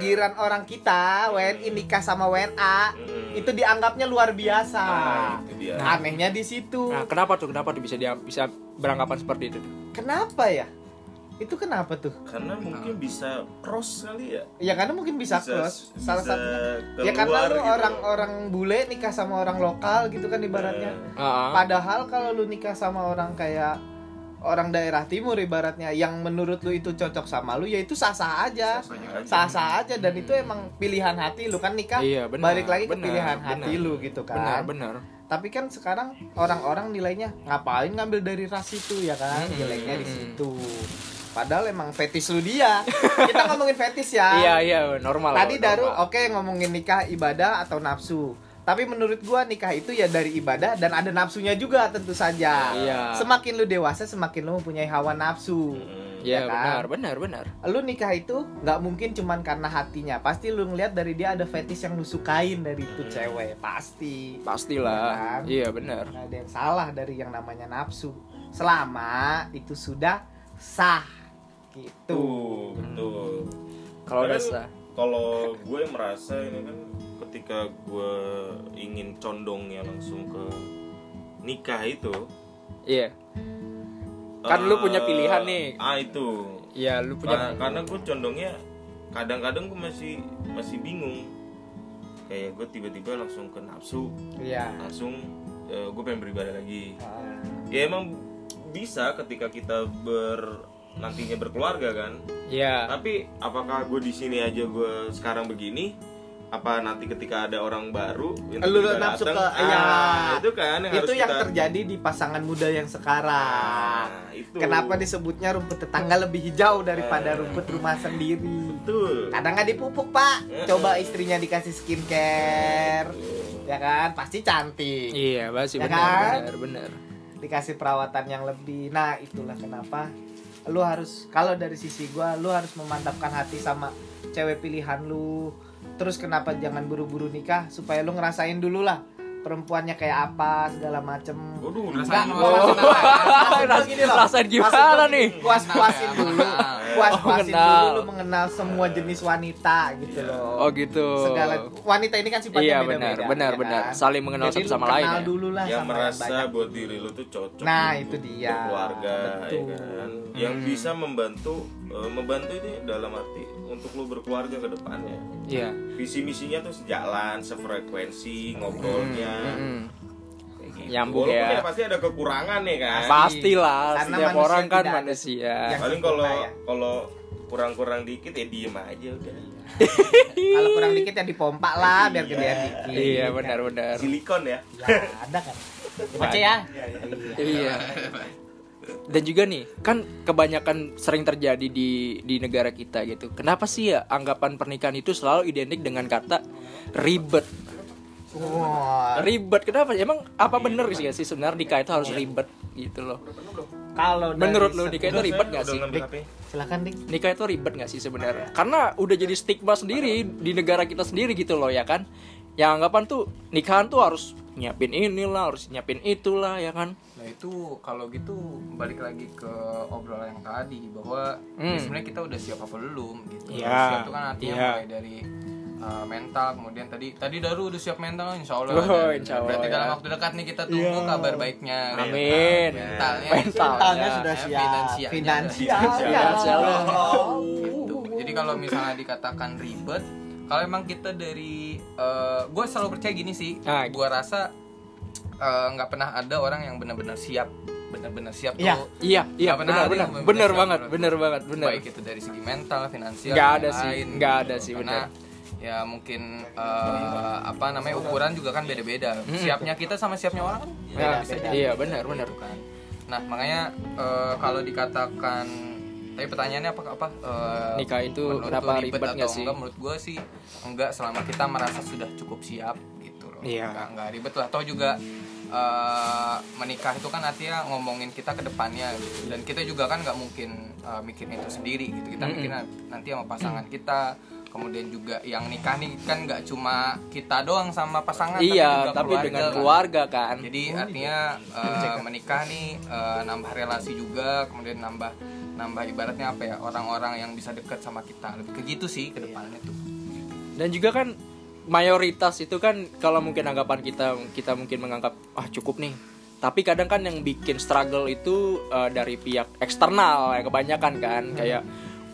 Speaker 5: giran orang kita WNI nikah sama WNA
Speaker 1: Hmm.
Speaker 3: Mm.
Speaker 5: itu dianggapnya luar biasa
Speaker 3: Nah, itu dia.
Speaker 5: anehnya di situ
Speaker 1: Ah, Nah, kenapa tuh? Kenapa tuh bisa dia bisa beranggapan seperti itu?
Speaker 5: kenapa ya itu kenapa tuh
Speaker 3: Karena mungkin bisa cross kali ya.
Speaker 5: ya karena mungkin bisa,
Speaker 3: Bisa-
Speaker 5: cross
Speaker 3: bisa
Speaker 5: salah satunya ya karena
Speaker 3: keluar
Speaker 5: lu
Speaker 3: gitu.
Speaker 5: orang-orang bule nikah sama orang lokal gitu kan ibaratnya
Speaker 1: Heeh.
Speaker 5: Padahal kalau lu nikah sama orang kayak orang daerah timur ibaratnya yang menurut lu itu cocok sama lu ya itu sah-sah aja. Sah-sah aja dan itu emang pilihan hati lu kan nikah.
Speaker 1: Iya, benar.
Speaker 5: Balik lagi ke
Speaker 1: Benar,
Speaker 5: pilihan
Speaker 1: benar.
Speaker 5: hati lu gitu kan.
Speaker 1: Benar, benar.
Speaker 5: Tapi kan sekarang orang-orang nilainya ngapain ngambil dari ras itu ya kan? Jeleknya di situ. Padahal emang fetis lu dia. Kita ngomongin fetis ya.
Speaker 1: Iya, iya, normal.
Speaker 5: Tadi
Speaker 1: normal.
Speaker 5: Daru oh, oke ngomongin nikah ibadah atau nafsu. Tapi menurut gua nikah itu ya dari ibadah dan ada nafsunya juga tentu saja.
Speaker 1: Iya.
Speaker 5: Semakin lu dewasa semakin lu mempunyai hawa nafsu.
Speaker 3: Hmm.
Speaker 1: Iya,
Speaker 5: ya
Speaker 1: benar,
Speaker 5: kan?
Speaker 1: benar, benar.
Speaker 5: Lu nikah itu nggak mungkin cuman karena hatinya. Pasti lu ngeliat dari dia ada fetish yang lu sukain dari
Speaker 3: Hmm.
Speaker 5: itu cewek. Pasti.
Speaker 1: Pastilah.
Speaker 5: Benar.
Speaker 1: Iya, benar.
Speaker 5: Nggak ada yang salah dari yang namanya nafsu. Selama itu sudah sah. Gitu.
Speaker 3: Tuh, betul.
Speaker 1: Kalau udah
Speaker 3: Padahal
Speaker 1: sah.
Speaker 3: Kalau gue merasa ini kan ketika gue ingin condongnya langsung ke nikah itu
Speaker 1: Iya. Kan lu
Speaker 3: eh, nah, kan.
Speaker 1: punya pilihan nih.
Speaker 3: Ah itu.
Speaker 1: Iya, lu
Speaker 3: Karena-
Speaker 1: punya
Speaker 3: karena gue condongnya kadang-kadang gue masih masih bingung. Kayak gue tiba-tiba langsung ke nafsu,
Speaker 5: Iya.
Speaker 3: langsung eh, gue pengen beribadah lagi. ya emang bisa ketika kita ber nantinya berkeluarga kan
Speaker 1: Iya.
Speaker 3: tapi apakah gue di sini aja gue sekarang begini apa nanti ketika ada orang baru yang
Speaker 5: Lu
Speaker 3: tiba-tiba
Speaker 5: nafsu
Speaker 3: datang,
Speaker 5: ke-
Speaker 3: ah,
Speaker 5: ya.
Speaker 3: itu kan yang
Speaker 5: itu
Speaker 3: harus
Speaker 5: yang
Speaker 3: kita-
Speaker 5: terjadi di pasangan muda yang sekarang.
Speaker 3: Nah, itu
Speaker 5: Kenapa disebutnya rumput tetangga lebih
Speaker 1: Eh.
Speaker 5: hijau daripada rumput rumah sendiri?
Speaker 3: betul
Speaker 5: Kadang nggak dipupuk
Speaker 1: Eh.
Speaker 5: pak. Coba istrinya dikasih skincare, ya kan? Pasti cantik.
Speaker 1: Iya, pasti
Speaker 5: Ya
Speaker 1: benar,
Speaker 5: kan?
Speaker 1: benar, benar.
Speaker 5: Dikasih perawatan yang lebih. Nah itulah kenapa lu harus kalau dari sisi gua lu harus memantapkan hati sama cewek pilihan lu. Terus kenapa jangan buru-buru nikah supaya lu ngerasain dulu lah perempuannya kayak apa segala macem.
Speaker 3: waduh
Speaker 2: Rasanya
Speaker 5: Enggak,
Speaker 2: gimana?
Speaker 5: gua masih Maksud gua gini
Speaker 1: Rasain
Speaker 5: loh. Maksud
Speaker 1: gimana
Speaker 5: gua
Speaker 1: nih?
Speaker 5: gini, Puas-puasin
Speaker 2: Kenal ya,
Speaker 5: dulu.
Speaker 2: kenal.
Speaker 5: Puas-puasin
Speaker 1: Oh, kenal.
Speaker 5: dulu lu mengenal semua jenis wanita gitu loh.
Speaker 1: Oh, gitu.
Speaker 5: Segala wanita ini kan sifatnya
Speaker 1: Iya,
Speaker 5: beda-beda.
Speaker 1: benar, benar,
Speaker 5: ya
Speaker 1: benar.
Speaker 5: kan?
Speaker 1: Saling mengenal
Speaker 5: Jadi
Speaker 1: satu
Speaker 5: lu
Speaker 1: sama lain
Speaker 5: Kenal
Speaker 1: ya.
Speaker 5: dulu lah
Speaker 3: yang
Speaker 5: sama
Speaker 3: merasa
Speaker 5: banyak.
Speaker 3: buat diri lu tuh cocok
Speaker 5: Nah,
Speaker 3: untuk
Speaker 5: itu dia.
Speaker 3: berkeluarga ya
Speaker 5: Betul.
Speaker 3: kan? yang bisa membantu eh, membantu ini dalam arti untuk lu berkeluarga ke depannya
Speaker 1: Iya.
Speaker 3: visi misinya tuh sejalan sefrekuensi ngobrolnya
Speaker 1: Mm.
Speaker 3: Kayak gitu.
Speaker 1: Nyambung
Speaker 3: Walaupun
Speaker 1: ya.
Speaker 3: pasti ada kekurangan ya kan
Speaker 1: Pastilah
Speaker 5: Karena
Speaker 1: setiap
Speaker 5: manusia
Speaker 1: orang kan
Speaker 5: tidak ada
Speaker 1: manusia.
Speaker 5: yang-
Speaker 3: paling kalau
Speaker 5: sempurna ya.
Speaker 3: kalau kurang-kurang dikit ya diem aja udah
Speaker 5: Kalau kurang dikit ya dipompa lah biar gedean dikit.
Speaker 1: Iya,
Speaker 5: kan?
Speaker 1: benar, benar.
Speaker 3: silikon ya
Speaker 5: Ya, ada kan. Baca ya. Iya.
Speaker 1: Iya. Dan juga nih, kan kebanyakan sering terjadi di di negara kita gitu. Kenapa sih ya anggapan pernikahan itu selalu identik dengan kata ribet?
Speaker 5: Wah,
Speaker 1: Ribet. Kenapa? Emang apa bener sih ya sih sebenarnya nikah itu harus ribet gitu loh.
Speaker 5: kalau dari
Speaker 1: Menurut lu
Speaker 5: se-
Speaker 1: nikah itu ribet gak sih?
Speaker 3: ya?
Speaker 5: silakan Dik.
Speaker 1: Nikah itu ribet gak sih sebenarnya? Karena udah jadi stigma sendiri di negara kita sendiri gitu loh ya kan. Yang anggapan tuh nikahan tuh harus nyiapin inilah, harus nyiapin itulah ya kan.
Speaker 2: Nah itu kalau gitu balik lagi ke obrolan yang tadi bahwa
Speaker 1: Hmm.
Speaker 2: ya sebenarnya kita udah siap apa belum
Speaker 1: Iya.
Speaker 2: gitu. Siap itu kan artinya
Speaker 1: Iya.
Speaker 2: mulai dari uh, mental kemudian tadi tadi Daru udah siap mental insya Allah.
Speaker 1: Oh,
Speaker 2: Dan
Speaker 1: insya Allah,
Speaker 2: berarti dalam
Speaker 1: ya.
Speaker 2: waktu dekat nih kita tunggu kabar baiknya.
Speaker 1: Amin.
Speaker 2: Mentalnya.
Speaker 5: Mentalnya
Speaker 1: Mentalnya.
Speaker 5: sudah
Speaker 2: Eh,
Speaker 5: siap.
Speaker 2: finansialnya.
Speaker 1: ya,
Speaker 5: Finansialnya.
Speaker 1: Finansialnya.
Speaker 2: Gitu. Jadi kalau misalnya dikatakan ribet, kalau emang kita dari gue selalu percaya gini sih,
Speaker 1: Ah,
Speaker 2: gue rasa eh, nggak pernah ada orang yang benar-benar siap, benar-benar siap
Speaker 5: Iya.
Speaker 2: tuh
Speaker 1: Iya, iya
Speaker 2: Nggak pernah
Speaker 1: benar
Speaker 2: ada
Speaker 1: benar.
Speaker 2: yang benar-benar
Speaker 1: Benar
Speaker 2: siap
Speaker 1: banget,
Speaker 2: menurut
Speaker 1: benar banget, benar.
Speaker 2: baik itu dari segi mental, finansial,
Speaker 1: Nggak
Speaker 2: dan
Speaker 1: ada sih,
Speaker 2: lain-lain,
Speaker 1: nggak
Speaker 2: gitu.
Speaker 1: ada sih,
Speaker 2: Karena ya mungkin eh, apa namanya ukuran juga kan beda-beda.
Speaker 1: Hmm.
Speaker 2: Siapnya kita sama siapnya orang kan
Speaker 1: Ya,
Speaker 2: beda, bisa
Speaker 1: beda.
Speaker 2: jadi
Speaker 1: Iya,
Speaker 2: gitu
Speaker 1: benar, benar.
Speaker 2: kan. Nah makanya eh, kalau dikatakan tapi pertanyaannya apa apa eh,
Speaker 1: Nikah itu
Speaker 2: menurut
Speaker 1: kenapa
Speaker 2: lu
Speaker 1: ribet nggak sih?
Speaker 2: enggak menurut gue sih enggak selama kita merasa sudah cukup siap gitu loh
Speaker 1: Iya.
Speaker 2: nggak, nggak ribet lah toh juga eh, eh, menikah itu kan artinya ngomongin kita ke depannya gitu. dan kita juga kan nggak mungkin eh, mikirin itu sendiri gitu kita
Speaker 1: Mm-mm.
Speaker 2: mikirin nanti sama pasangan kita kemudian juga yang nikah nih kan nggak cuma kita doang sama pasangan
Speaker 1: iya,
Speaker 2: juga
Speaker 1: tapi dengan iya.
Speaker 2: kan.
Speaker 1: keluarga kan.
Speaker 2: Jadi artinya eh, menikah nih eh, nambah relasi juga, kemudian nambah nambah ibaratnya apa ya orang-orang yang bisa dekat sama kita. Lebih ke gitu sih ke depannya tuh.
Speaker 1: Dan juga kan mayoritas itu kan kalau mungkin anggapan kita kita mungkin menganggap ah cukup nih. Tapi kadang kan yang bikin struggle itu eh, dari pihak eksternal ya kebanyakan kan kayak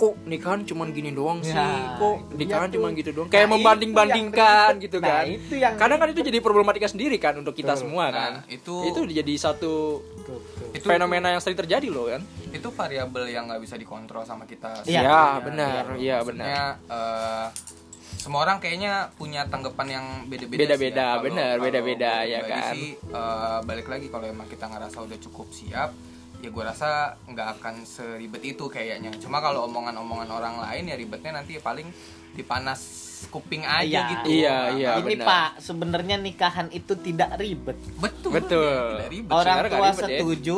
Speaker 1: kok nikahan cuman gini doang sih,
Speaker 5: Hmm. Ya,
Speaker 1: kok
Speaker 5: itu
Speaker 1: nikahan
Speaker 5: dia
Speaker 1: cuman
Speaker 5: tuh.
Speaker 1: gitu doang. Kayak
Speaker 5: Nah,
Speaker 1: membanding-bandingkan
Speaker 5: itu yang-
Speaker 1: gitu
Speaker 5: nah,
Speaker 1: kan.
Speaker 5: itu yang-
Speaker 1: kadang kan itu jadi problematika sendiri kan untuk kita semua kan.
Speaker 2: Nah, itu
Speaker 1: itu jadi satu
Speaker 5: Tuh, tuh.
Speaker 2: itu
Speaker 1: fenomena yang sering terjadi loh kan.
Speaker 2: itu variabel yang nggak bisa dikontrol sama kita.
Speaker 1: Iya,
Speaker 2: sebenarnya.
Speaker 1: benar. Iya, benar.
Speaker 2: ya, Maksudnya, eh, semua orang kayaknya punya tanggapan yang beda-beda.
Speaker 1: Beda-beda,
Speaker 2: sih ya. Kalau-
Speaker 1: benar,
Speaker 2: kalau
Speaker 1: beda-beda,
Speaker 2: gua
Speaker 1: ya
Speaker 2: pribadi
Speaker 1: kan?
Speaker 2: sih, eh, balik lagi kalau emang kita ngerasa udah cukup siap, ya gue rasa nggak akan seribet itu kayaknya. Cuma kalau omongan-omongan orang lain ya ribetnya nanti paling dipanas kuping aja
Speaker 5: Iya.
Speaker 2: gitu.
Speaker 1: Iya,
Speaker 2: Nah,
Speaker 1: iya.
Speaker 5: ini
Speaker 1: benar.
Speaker 5: Pak, sebenarnya nikahan itu tidak ribet.
Speaker 2: Betul.
Speaker 1: Betul.
Speaker 2: ya, tidak ribet.
Speaker 5: Orang
Speaker 1: sebenarnya
Speaker 5: tua
Speaker 1: nggak ribet ya.
Speaker 5: setuju,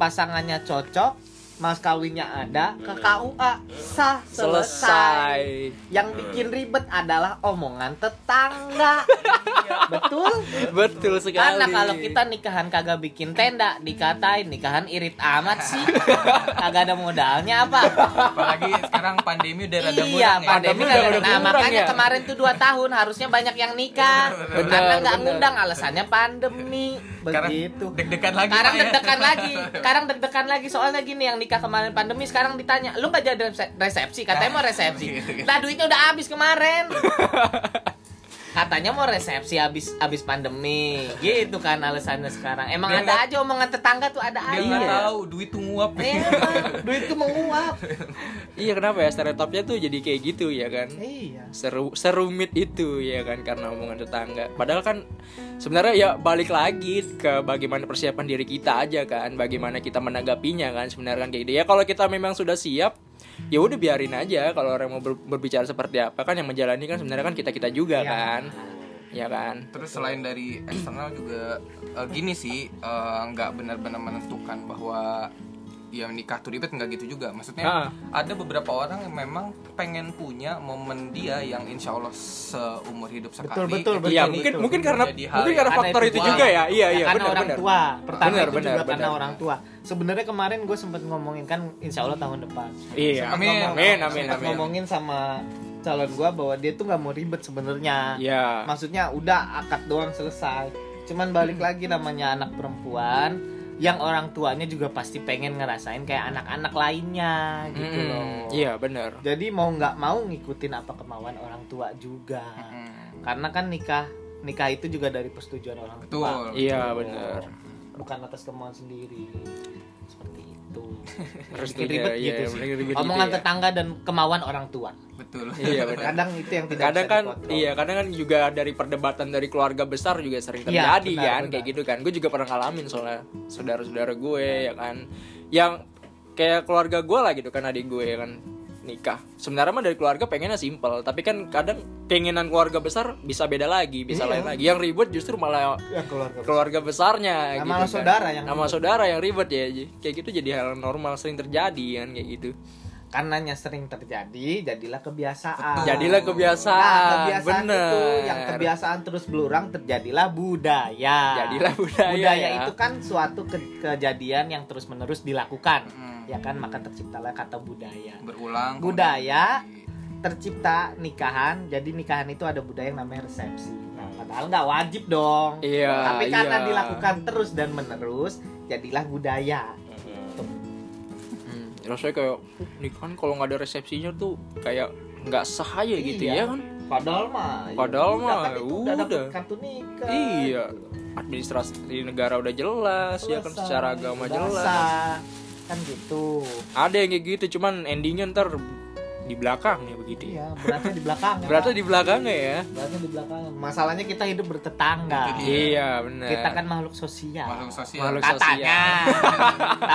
Speaker 5: pasangannya cocok, mas kawinnya ada, ke KUA sah selesai.
Speaker 1: Selesai.
Speaker 5: Yang bikin ribet adalah omongan tetangga. Betul?
Speaker 1: Betul sekali.
Speaker 5: Karena kalau kita nikahan kagak bikin tenda, dikatain nikahan irit amat sih. kagak ada modalnya apa?
Speaker 2: Apalagi sekarang pandemi udah rada
Speaker 5: iya,
Speaker 2: murang ya.
Speaker 5: pandemi
Speaker 1: Pandemi udah-
Speaker 5: kagak ada.
Speaker 1: udah
Speaker 5: Nah,
Speaker 1: kurang
Speaker 5: makanya
Speaker 1: ya?
Speaker 5: kemarin tuh 2 tahun harusnya banyak yang nikah.
Speaker 1: Bener,
Speaker 5: Karena nggak
Speaker 1: bener.
Speaker 5: ngundang alasannya pandemi.
Speaker 2: Sekarang
Speaker 5: Begitu.
Speaker 2: deg-degan lagi.
Speaker 5: Sekarang
Speaker 2: Pak, ya.
Speaker 5: deg-degan lagi. Sekarang deg-degan lagi soalnya gini yang nikah kemarin pandemi sekarang ditanya, "Lu gak jadi resep- resepsi?" Katanya mau resepsi. Lah duitnya udah habis kemarin. Katanya mau resepsi habis habis pandemi. Gitu kan alasannya sekarang. Emang
Speaker 2: Dia
Speaker 5: ada
Speaker 2: nggak-
Speaker 5: aja omongan tetangga tuh ada
Speaker 2: Dia
Speaker 5: aja.
Speaker 2: nggak tahu duit tuh nguap.
Speaker 5: Iya, Pak. duit tuh menguap.
Speaker 1: Iya kenapa ya stereotipnya tuh jadi kayak gitu ya kan?
Speaker 5: Iya.
Speaker 1: Seru serumit itu ya kan karena omongan tetangga. Padahal kan sebenarnya ya balik lagi ke bagaimana persiapan diri kita aja kan, bagaimana kita menanggapinya kan sebenarnya kan kayak gitu. Ya kalau kita memang sudah siap ya udah biarin aja kalau orang mau ber- berbicara seperti apa kan yang menjalani kan sebenarnya kan kita kita juga
Speaker 5: Iya.
Speaker 1: kan, ya kan?
Speaker 2: Terus selain dari eksternal juga eh, gini sih eh, nggak benar-benar menentukan bahwa yang nikah tuh ribet nggak gitu juga. Maksudnya
Speaker 1: Ah.
Speaker 2: ada beberapa orang yang memang pengen punya momen dia yang insya Allah seumur hidup sekali.
Speaker 5: betul,
Speaker 2: Itu
Speaker 5: betul,
Speaker 1: Iya
Speaker 2: jadi-
Speaker 1: mungkin
Speaker 5: betul.
Speaker 1: mungkin karena
Speaker 2: Jadi hal
Speaker 1: mungkin karena
Speaker 5: yang-
Speaker 1: faktor
Speaker 5: karena
Speaker 1: itu
Speaker 5: itu
Speaker 1: juga
Speaker 5: tua.
Speaker 1: ya, iya
Speaker 5: Ya,
Speaker 1: iya
Speaker 5: karena
Speaker 1: benar
Speaker 5: orang
Speaker 1: benar.
Speaker 5: tua pertama
Speaker 1: Benar,
Speaker 5: itu
Speaker 1: benar,
Speaker 5: juga karena
Speaker 1: benar.
Speaker 5: orang tua sebenarnya kemarin gue sempat ngomongin kan insya Allah tahun depan
Speaker 1: Iya.
Speaker 5: Sempat
Speaker 2: Amin,
Speaker 5: ngomong- gitu.
Speaker 2: amin,
Speaker 5: sempat
Speaker 2: amin, amin.
Speaker 5: ngomongin sama calon gue bahwa dia tuh nggak mau ribet sebenarnya
Speaker 1: Iya.
Speaker 5: maksudnya udah akad doang selesai cuman balik lagi namanya anak perempuan yang orang tuanya juga pasti pengen ngerasain kayak anak-anak lainnya gitu
Speaker 1: Mm-mm.
Speaker 5: loh
Speaker 1: Iya benar.
Speaker 5: jadi mau nggak mau ngikutin apa kemauan orang tua juga
Speaker 1: Hmm.
Speaker 2: Mm,
Speaker 5: karena kan nikah nikah itu juga dari persetujuan orang tua
Speaker 2: Betul.
Speaker 1: Iya benar.
Speaker 5: Gitu. bukan atas kemauan sendiri seperti itu
Speaker 1: Terus
Speaker 5: Bikin ribet
Speaker 1: iya,
Speaker 5: gitu
Speaker 1: iya,
Speaker 5: sih.
Speaker 1: bener, ribet
Speaker 5: omongan
Speaker 1: gitu ya.
Speaker 5: tetangga dan kemauan orang tua
Speaker 2: Betul.
Speaker 1: Iya benar.
Speaker 5: kadang itu yang tidak
Speaker 1: kadang
Speaker 5: bisa
Speaker 1: kan
Speaker 5: dikontrol.
Speaker 1: iya kadang kan juga dari perdebatan dari keluarga besar juga sering
Speaker 5: Iya,
Speaker 1: terjadi
Speaker 5: benar,
Speaker 1: kan
Speaker 5: benar.
Speaker 1: kayak gitu kan gue juga pernah ngalamin soalnya saudara-saudara gue ya kan yang kayak keluarga gue lah gitu kan adik gue ya kan nikah sebenarnya mah dari keluarga pengennya simple tapi kan kadang keinginan keluarga besar bisa beda lagi
Speaker 5: Iya.
Speaker 1: bisa lain lagi yang ribet justru malah
Speaker 5: Ya, keluarga
Speaker 1: keluarga besarnya
Speaker 5: Nah,
Speaker 1: gitu
Speaker 5: malah
Speaker 1: kan.
Speaker 5: saudara yang
Speaker 1: Sama saudara yang ribet ya Ji. kayak gitu jadi hal normal sering terjadi kan kayak gitu
Speaker 5: karenanya sering terjadi jadilah kebiasaan
Speaker 1: jadilah
Speaker 5: Nah,
Speaker 1: kebiasaan,
Speaker 5: kebiasaan
Speaker 1: bener
Speaker 5: itu yang kebiasaan terus berurang terjadilah budaya
Speaker 1: jadilah budaya,
Speaker 5: budaya
Speaker 1: ya.
Speaker 5: itu kan suatu ke- kejadian yang terus menerus dilakukan
Speaker 1: Hmm.
Speaker 2: Mm,
Speaker 5: ya kan maka terciptalah kata budaya
Speaker 2: Berulang.
Speaker 5: Budaya.
Speaker 2: kemudian
Speaker 5: tercipta nikahan jadi nikahan itu ada budaya yang namanya resepsi nah padahal nggak wajib dong
Speaker 1: Iya,
Speaker 5: tapi karena
Speaker 1: iya.
Speaker 5: dilakukan terus dan menerus jadilah budaya
Speaker 1: Hmm, rasanya kayak "Uh, nikahan kalau nggak ada resepsinya tuh kayak nggak sah aja gitu
Speaker 5: Iya.
Speaker 1: ya kan
Speaker 5: padahal mah ya
Speaker 1: Padahal
Speaker 5: udah
Speaker 1: mah,
Speaker 5: kan itu udah dapet
Speaker 1: udah.
Speaker 5: kartu nikah
Speaker 1: Iya.
Speaker 5: gitu.
Speaker 1: administrasi negara udah jelas ya kan
Speaker 5: Selesai,
Speaker 1: secara agama
Speaker 5: bahasa,
Speaker 1: jelas
Speaker 5: kan gitu
Speaker 1: ada yang kayak gitu cuman endingnya ntar di belakang ya begitu ya.
Speaker 5: Iya, beratnya di belakang.
Speaker 1: Berarti di belakangnya ya.
Speaker 5: beratnya di belakang. Masalahnya kita hidup bertetangga.
Speaker 2: Iya.
Speaker 1: Iya benar.
Speaker 5: Kita kan makhluk sosial.
Speaker 2: makhluk sosial
Speaker 1: Makhluk
Speaker 5: Katanya.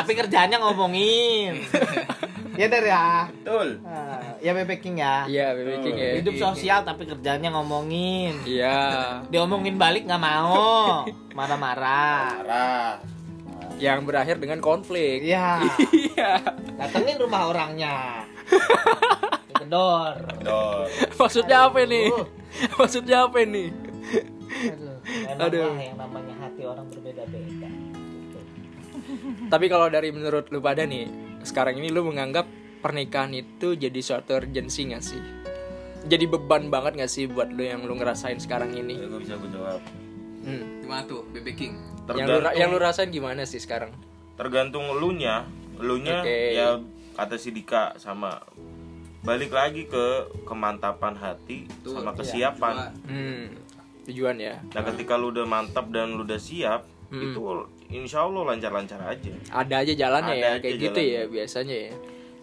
Speaker 5: Tapi kerjaannya ngomongin. ya Dar ya.
Speaker 3: Betul.
Speaker 5: Ah, ya bebeking ya.
Speaker 1: Iya, BB King ya.
Speaker 5: Hidup sosial tapi kerjaannya ngomongin.
Speaker 1: Iya.
Speaker 5: Diomongin balik nggak mau. Marah-marah.
Speaker 3: Parah.
Speaker 1: Yang berakhir dengan konflik.
Speaker 5: Iya.
Speaker 1: Iya.
Speaker 5: Datengin rumah orangnya. Gedor.
Speaker 3: Dor.
Speaker 1: Maksudnya apa nih?
Speaker 5: Aduh.
Speaker 1: Maksudnya apa nih?
Speaker 5: Aduh,
Speaker 1: Aduh.
Speaker 5: Aduh. yang namanya hati orang berbeda-beda.
Speaker 1: Tapi kalau dari menurut lu pada nih, sekarang ini lu menganggap pernikahan itu jadi suatu urgensi gak sih? Jadi beban banget gak sih buat lu yang lu ngerasain sekarang
Speaker 3: Ya,
Speaker 1: ini?
Speaker 3: gue bisa gue jawab.
Speaker 1: Hmm.
Speaker 2: gimana tuh BB King
Speaker 1: Yang lu ra-
Speaker 3: Tergantung,
Speaker 1: yang lu rasain gimana sih sekarang?
Speaker 3: tergantung elunya. Elunya
Speaker 1: Oke.
Speaker 3: ya kata si Dika sama balik lagi ke kemantapan hati
Speaker 2: Betul.
Speaker 3: sama
Speaker 2: Iya,
Speaker 3: kesiapan.
Speaker 2: Coba.
Speaker 1: Hmm. Tujuan ya.
Speaker 3: Nah ketika lu udah mantap dan lu udah siap
Speaker 2: Hmm.
Speaker 3: Itu insya Allah lancar-lancar aja
Speaker 1: Ada aja jalannya
Speaker 3: Ada
Speaker 1: ya,
Speaker 3: aja
Speaker 1: kayak gitu
Speaker 3: jalannya.
Speaker 1: ya biasanya ya.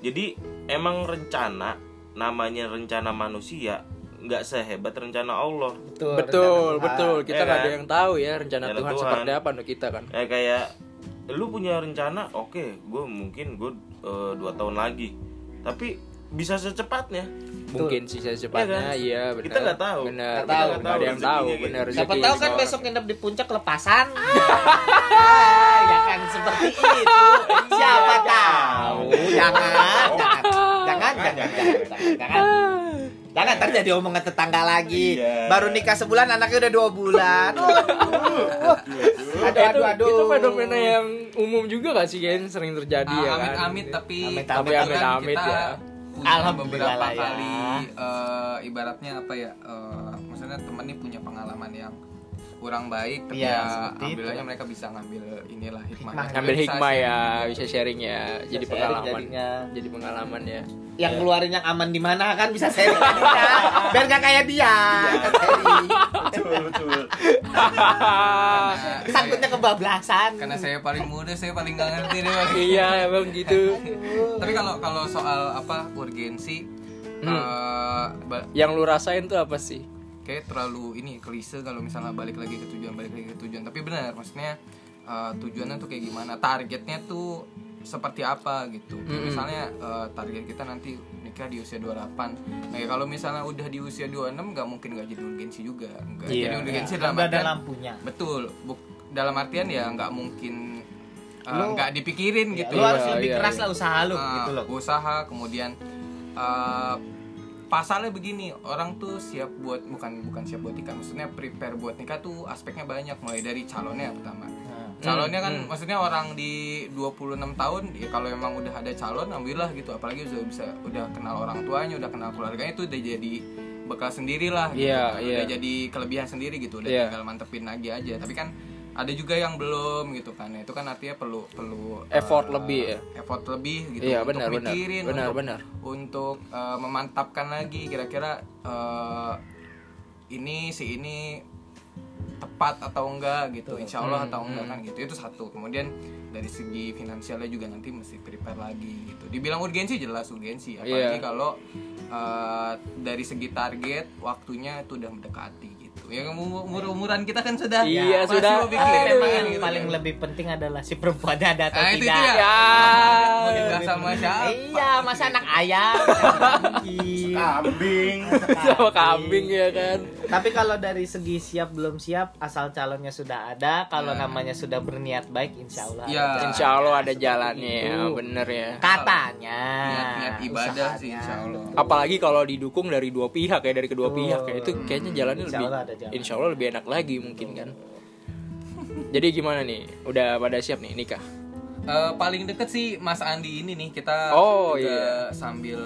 Speaker 3: Jadi emang rencana Namanya rencana manusia nggak sehebat rencana Allah
Speaker 5: Betul.
Speaker 1: Betul,
Speaker 5: rencana
Speaker 1: betul. Kita
Speaker 3: Ya
Speaker 1: nggak
Speaker 3: kan?
Speaker 1: ada yang tahu ya rencana
Speaker 3: Rencana
Speaker 1: Tuhan,
Speaker 3: Tuhan.
Speaker 1: seperti apa untuk kita kan.
Speaker 3: Eh, Kayak lu punya rencana Oke gue mungkin gue eh, dua tahun lagi Tapi bisa secepatnya
Speaker 1: Mungkin sih saya secepatnya,
Speaker 3: kan?
Speaker 1: iya benar.
Speaker 3: Kita nggak tahu.
Speaker 1: Benar.
Speaker 5: Nggak tahu.
Speaker 1: benar. Nggak ada yang
Speaker 3: Rezekinya
Speaker 1: tahu,
Speaker 3: gitu.
Speaker 1: benar.
Speaker 5: Tuhan.
Speaker 1: rezeki
Speaker 5: Siapa tahu
Speaker 1: dari
Speaker 5: kan
Speaker 1: seorang.
Speaker 5: besok nginep di puncak lepasan. Ah, ya kan seperti itu. Siapa tahu. ya kan? Jangan, jangan, jangan, jangan, jangan, jangan, jangan. Jangan ntar jadi omongan tetangga lagi.
Speaker 3: Iya.
Speaker 5: Baru nikah sebulan, anaknya udah dua bulan. aduh, aduh, aduh.
Speaker 1: Itu fenomena yang umum juga gak sih kayaknya sering terjadi
Speaker 2: Ah,
Speaker 1: ya kan.
Speaker 2: amit-amit tapi
Speaker 5: Iya Amit-amit,
Speaker 2: kebetulan
Speaker 1: amit-amit
Speaker 2: kita
Speaker 1: ya.
Speaker 2: punya
Speaker 5: Alhamdulillah
Speaker 2: beberapa
Speaker 5: lah ya.
Speaker 2: kali eh, ibaratnya apa ya eh, maksudnya temen nih punya pengalaman yang kurang baik tapi
Speaker 5: Iya,
Speaker 2: ya,
Speaker 5: seperti itu.
Speaker 2: alhamdulillahnya mereka bisa ngambil inilah hikmah
Speaker 5: Hikmah.
Speaker 1: Ngambil
Speaker 2: Bisa
Speaker 1: hikmah
Speaker 2: sih.
Speaker 1: ya, bisa sharing ya, jadi
Speaker 5: sharing
Speaker 1: pengalaman.
Speaker 5: jadinya.
Speaker 1: Jadi pengalaman ya.
Speaker 5: Yang keluarin yang aman di mana kan bisa saya Biar gak kayak dia. Kan sharing.
Speaker 3: Betul betul
Speaker 2: Karena saya-
Speaker 5: Sangkutnya kebablasan.
Speaker 2: karena saya paling muda saya paling gak ngerti deh Bang.
Speaker 1: iya, emang gitu.
Speaker 2: tapi kalau kalau soal apa urgensi
Speaker 5: Hmm.
Speaker 2: eh, ba-
Speaker 1: Yang lu rasain tuh apa sih?
Speaker 2: kayak terlalu ini klise kalau misalnya balik lagi ke tujuan balik lagi ke tujuan tapi benar maksudnya uh, tujuannya tuh kayak gimana targetnya tuh seperti apa gitu Kayak misalnya uh, target kita nanti nikah di usia 28 nah ya kalau misalnya udah di usia 26 nggak mungkin nggak jadi urgensi juga nggak
Speaker 1: Iya.
Speaker 2: jadi urgensi dalam
Speaker 5: Udah ada
Speaker 2: artian-
Speaker 5: lampunya.
Speaker 2: betul Buk- dalam artian ya nggak mungkin uh, nggak dipikirin gitu
Speaker 5: Lu harus
Speaker 1: Iya,
Speaker 5: lebih
Speaker 1: iya,
Speaker 5: keras
Speaker 1: iya.
Speaker 5: lah usaha lu
Speaker 2: Nah,
Speaker 5: gitu loh.
Speaker 2: usaha kemudian eh, pasalnya begini orang tuh siap buat bukan bukan siap buat nikah maksudnya prepare buat nikah tuh aspeknya banyak mulai dari calonnya pertama
Speaker 1: Hmm.
Speaker 2: calonnya kan maksudnya orang di 26 tahun ya kalau emang udah ada calon ambillah gitu apalagi udah bisa udah kenal orang tuanya udah kenal keluarganya itu udah jadi bekal sendirilah gitu
Speaker 1: Iya,
Speaker 2: udah
Speaker 1: iya.
Speaker 2: jadi kelebihan sendiri gitu udah
Speaker 1: Iya.
Speaker 2: tinggal mantepin lagi aja tapi kan ada juga yang belum gitu kan itu kan artinya perlu perlu
Speaker 1: Effort
Speaker 2: eh,
Speaker 1: lebih ya.
Speaker 2: effort lebih gitu
Speaker 1: Iya,
Speaker 2: untuk
Speaker 1: benar, benar.
Speaker 2: mikirin
Speaker 1: Benar,
Speaker 2: untuk,
Speaker 1: benar.
Speaker 2: untuk eh, memantapkan lagi kira-kira eh, ini si ini tepat atau enggak gitu insya
Speaker 1: Hmm,
Speaker 2: Allah atau enggak kan gitu itu satu kemudian dari segi finansialnya juga nanti mesti prepare lagi gitu dibilang urgensi jelas urgensi apalagi
Speaker 1: Iya.
Speaker 2: kalau eh, dari segi target waktunya itu udah mendekati gitu ya umur umuran kita kan sudah
Speaker 1: Iya,
Speaker 2: masih
Speaker 1: sudah.
Speaker 2: mau pikirin
Speaker 1: Aduh.
Speaker 2: kan,
Speaker 5: Yang
Speaker 2: gitu
Speaker 5: paling
Speaker 2: kan.
Speaker 5: lebih penting adalah si perempuannya ada atau
Speaker 2: Nah, itu
Speaker 5: tidak.
Speaker 2: dia.
Speaker 1: Ya.
Speaker 2: Mau nikah sama siapa?
Speaker 5: Iya, masa anak ayam.
Speaker 3: Kambing
Speaker 1: Sama kambing ya kan.
Speaker 5: Tapi kalau dari segi siap belum siap, asal calonnya sudah ada, kalau namanya sudah berniat baik, insya Allah.
Speaker 2: Ya.
Speaker 5: ada.
Speaker 1: Insya Allah ada
Speaker 5: Seperti
Speaker 1: jalannya ya,
Speaker 5: itu.
Speaker 1: bener ya.
Speaker 5: Katanya.
Speaker 2: niat-niat ibadah sih insya Allah
Speaker 1: Apalagi kalau didukung dari dua pihak ya dari kedua
Speaker 5: Betul.
Speaker 1: pihak ya itu kayaknya jalannya
Speaker 5: Insya
Speaker 1: lebih
Speaker 5: Allah ada jalan.
Speaker 1: Insya Allah lebih enak lagi mungkin kan. Jadi gimana nih? Udah pada siap nih nikah?
Speaker 2: Eh, paling deket sih Mas Andi ini nih kita
Speaker 1: Oh, iya.
Speaker 2: juga sambil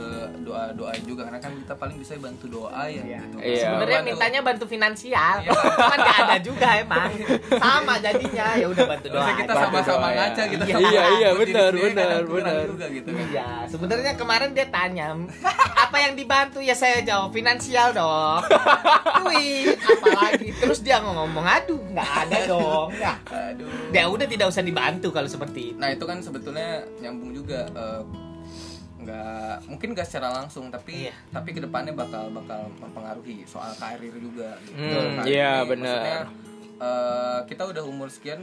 Speaker 2: doa doa juga karena kan kita paling bisa bantu doa ya gitu.
Speaker 1: Iya.
Speaker 5: Sebenarnya
Speaker 2: Bantu-
Speaker 5: mintanya bantu finansial,
Speaker 2: Iya.
Speaker 5: cuman gak ada juga emang. Sama jadinya, ya udah bantu doa.
Speaker 2: Harusnya kita
Speaker 1: bantu
Speaker 5: aja.
Speaker 2: sama-sama
Speaker 1: doa ya.
Speaker 2: ngaca gitu.
Speaker 1: Iya, iya,
Speaker 2: Buat diri
Speaker 1: benar,
Speaker 2: sendiri kan
Speaker 1: benar,
Speaker 2: kurang
Speaker 1: benar.
Speaker 2: Juga gitu kan.
Speaker 5: Iya, sebenarnya kemarin dia tanya apa yang dibantu ya saya jawab finansial dong. Duit, apalagi terus dia ngomong aduh nggak ada dong. Nah,
Speaker 2: Aduh.
Speaker 5: dia udah tidak usah dibantu kalau seperti itu.
Speaker 2: Nah itu kan sebetulnya nyambung juga eh, nggak mungkin nggak secara langsung tapi
Speaker 5: Iya.
Speaker 2: tapi kedepannya bakal bakal mempengaruhi soal karir juga gitu.
Speaker 1: Hmm,
Speaker 2: Karir
Speaker 1: iya,
Speaker 2: nih,
Speaker 1: bener.
Speaker 2: maksudnya, eh, kita udah umur sekian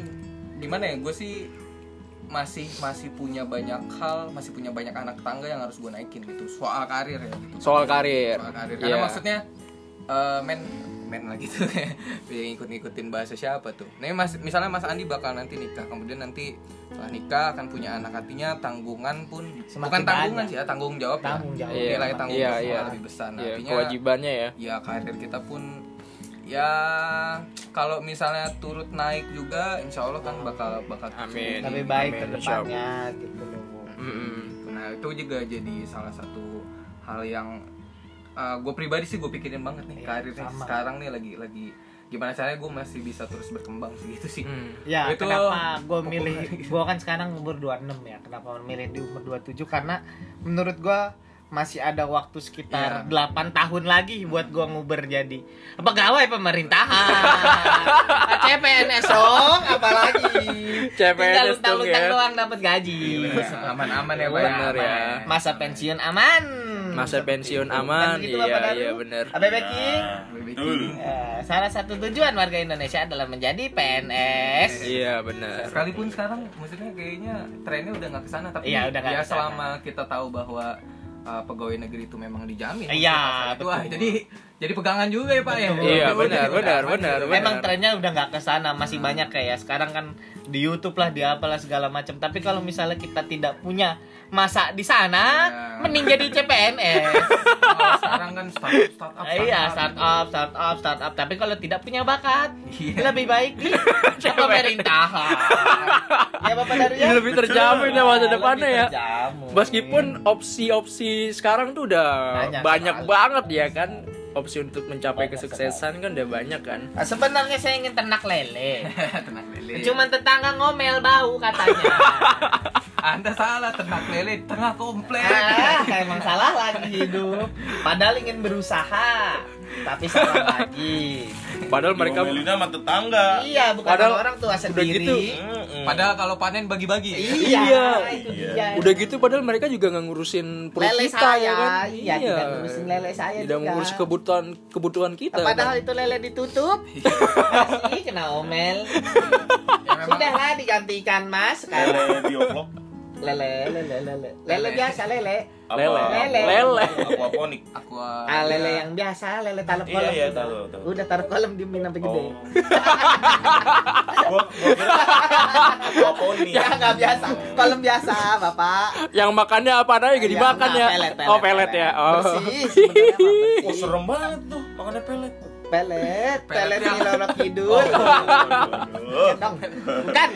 Speaker 2: gimana ya gue sih masih masih punya banyak hal masih punya banyak anak tangga yang harus gue naikin gitu soal karir ya gitu
Speaker 1: Soal karir.
Speaker 2: soal karir karena
Speaker 1: Iya.
Speaker 2: maksudnya eh, men men lagi tuh yang ikut ngikutin bahasa siapa tuh nah mas misalnya mas Andi bakal nanti nikah kemudian nanti setelah nikah akan punya anak artinya tanggungan pun
Speaker 5: Semakin
Speaker 2: bukan tanggungan
Speaker 5: banyak.
Speaker 2: sih ya tanggung jawab ya.
Speaker 5: Tanggung jawab.
Speaker 1: Iya,
Speaker 2: nilai tanggung
Speaker 1: iya,
Speaker 2: jawab
Speaker 1: iya.
Speaker 2: lebih besar Nah,
Speaker 1: Iya,
Speaker 2: artinya
Speaker 1: kewajibannya ya.
Speaker 2: ya karir kita pun ya kalau misalnya turut naik juga insya Allah kan bakal bakal
Speaker 1: Amin.
Speaker 5: lebih baik
Speaker 1: Amin,
Speaker 5: ke depannya gitu loh Bu.
Speaker 1: Mm-mm.
Speaker 2: Nah itu juga jadi salah satu hal yang gue pribadi sih gue pikirin banget nih
Speaker 5: Iya,
Speaker 2: karir nih.
Speaker 5: sama.
Speaker 2: sekarang nih lagi lagi gimana caranya gue masih bisa terus berkembang sih gitu sih.
Speaker 1: Hmm.
Speaker 5: Ya,
Speaker 2: Itu-
Speaker 5: kenapa gue milih
Speaker 1: gitu.
Speaker 5: gue kan sekarang umur 26 ya. Kenapa milih di umur 27 karena menurut gue masih ada waktu
Speaker 1: Iya.
Speaker 5: sekitar 8 tahun lagi buat gue nguber jadi pegawai pemerintahan. CPNS dong, apalagi. Tinggal
Speaker 1: CPNS dong
Speaker 5: luntang-luntang
Speaker 1: ya. Iya.
Speaker 5: doang dapat gaji.
Speaker 2: Aman-aman ya, Pak.
Speaker 1: Bener ya.
Speaker 2: Aman.
Speaker 5: Masa pensiun aman.
Speaker 1: Masa pensiun
Speaker 5: Kan
Speaker 1: aman,
Speaker 5: gitu lah,
Speaker 1: iya,
Speaker 5: Pak Daru.
Speaker 1: iya, bener.
Speaker 5: Abe Beking,
Speaker 3: Betul.
Speaker 5: eh, salah satu tujuan warga Indonesia adalah menjadi PNS.
Speaker 1: Iya, benar.
Speaker 2: Sekalipun sekarang maksudnya kayaknya trennya udah nggak kesana tapi
Speaker 5: Iya, udah nggak
Speaker 2: ya
Speaker 5: kesana.
Speaker 2: selama kita tahu bahwa uh, pegawai negeri itu memang dijamin.
Speaker 5: Iya,
Speaker 2: Itu, ah,
Speaker 5: betul.
Speaker 2: jadi jadi pegangan juga ya Pak ya.
Speaker 1: Iya,
Speaker 2: Udah,
Speaker 1: benar,
Speaker 2: udah,
Speaker 1: benar,
Speaker 2: udah,
Speaker 1: benar,
Speaker 2: udah.
Speaker 1: benar.
Speaker 5: Emang trennya udah nggak ke sana, masih
Speaker 1: Hmm.
Speaker 5: banyak kayak sekarang kan di YouTube lah, di apalah segala macam. Tapi kalau misalnya kita tidak punya masa di sana,
Speaker 2: Iya.
Speaker 5: mending jadi CPNS.
Speaker 2: Kalau sekarang kan startup startup.
Speaker 1: gitu.
Speaker 5: iya, startup, startup, startup. Tapi kalau tidak punya bakat,
Speaker 2: Iya.
Speaker 5: lebih baik di pemerintahan. ya Bapak Daru ya.
Speaker 1: Iya, Lebih terjamin ya masa
Speaker 5: Lebih
Speaker 1: depannya ya.
Speaker 5: terjamin.
Speaker 1: Meskipun opsi-opsi sekarang tuh udah
Speaker 5: Banyak
Speaker 1: banyak,
Speaker 5: sekali.
Speaker 1: banget ya kan opsi untuk mencapai
Speaker 5: Banyak
Speaker 1: kesuksesan kan udah banyak kan.
Speaker 5: Nah, sebenarnya saya ingin ternak lele.
Speaker 2: Tenang lele.
Speaker 1: Iya.
Speaker 5: Cuman tetangga ngomel bau katanya.
Speaker 2: Anda salah ternak lele di tengah komplek.
Speaker 5: ah, emang salah lagi hidup. Padahal ingin berusaha, tapi salah lagi.
Speaker 1: Padahal
Speaker 3: Iya,
Speaker 1: mereka
Speaker 3: Diomelin sama tetangga.
Speaker 5: Iya, bukan
Speaker 1: Padahal
Speaker 5: orang tua sendiri.
Speaker 1: gitu.
Speaker 3: Mm-mm.
Speaker 2: Padahal kalau panen bagi-bagi.
Speaker 5: Iya,
Speaker 1: Iya.
Speaker 5: itu dia.
Speaker 1: udah gitu padahal mereka juga nggak ngurusin perut
Speaker 5: lele
Speaker 1: kita
Speaker 5: saya,
Speaker 1: ya kan.
Speaker 5: iya, tidak ngurusin lele saya
Speaker 1: Tidak
Speaker 5: juga.
Speaker 1: mengurus kebutuhan kebutuhan kita.
Speaker 5: Padahal
Speaker 1: kan.
Speaker 5: itu lele ditutup. Masih kena omel.
Speaker 2: Ya,
Speaker 5: Sudahlah digantikan, Mas.
Speaker 3: Lele
Speaker 5: Sekarang
Speaker 3: bioblok
Speaker 5: lele lele lele. Lele biasa lele.
Speaker 3: apa-
Speaker 1: lele.
Speaker 5: Lele.
Speaker 1: Lele.
Speaker 3: Aquaponik.
Speaker 2: Aku
Speaker 5: Ah, lele
Speaker 2: iya.
Speaker 5: yang biasa, lele taruh
Speaker 3: Iya,
Speaker 5: kolam.
Speaker 3: iya,
Speaker 5: udah.
Speaker 3: taruh, taruh.
Speaker 5: Udah taruh kolam diemin sampai gede.
Speaker 3: Oh. Gua gua kira aquaponik.
Speaker 5: Ya nggak biasa, kolam biasa bapak.
Speaker 1: Yang makannya apa aja gak dimakan ya.
Speaker 5: Iya, nah, Pelet, pelet,
Speaker 1: oh pelet, ya. Oh.
Speaker 5: Bersih, sebenarnya mah
Speaker 3: Oh,
Speaker 5: bersih.
Speaker 3: serem banget tuh makannya pelet.
Speaker 5: Pelet, ya. Oh. pelet
Speaker 2: Pelet yang-
Speaker 5: ngilorot tidur.
Speaker 3: Aduh.
Speaker 5: Dong, bukan bukan.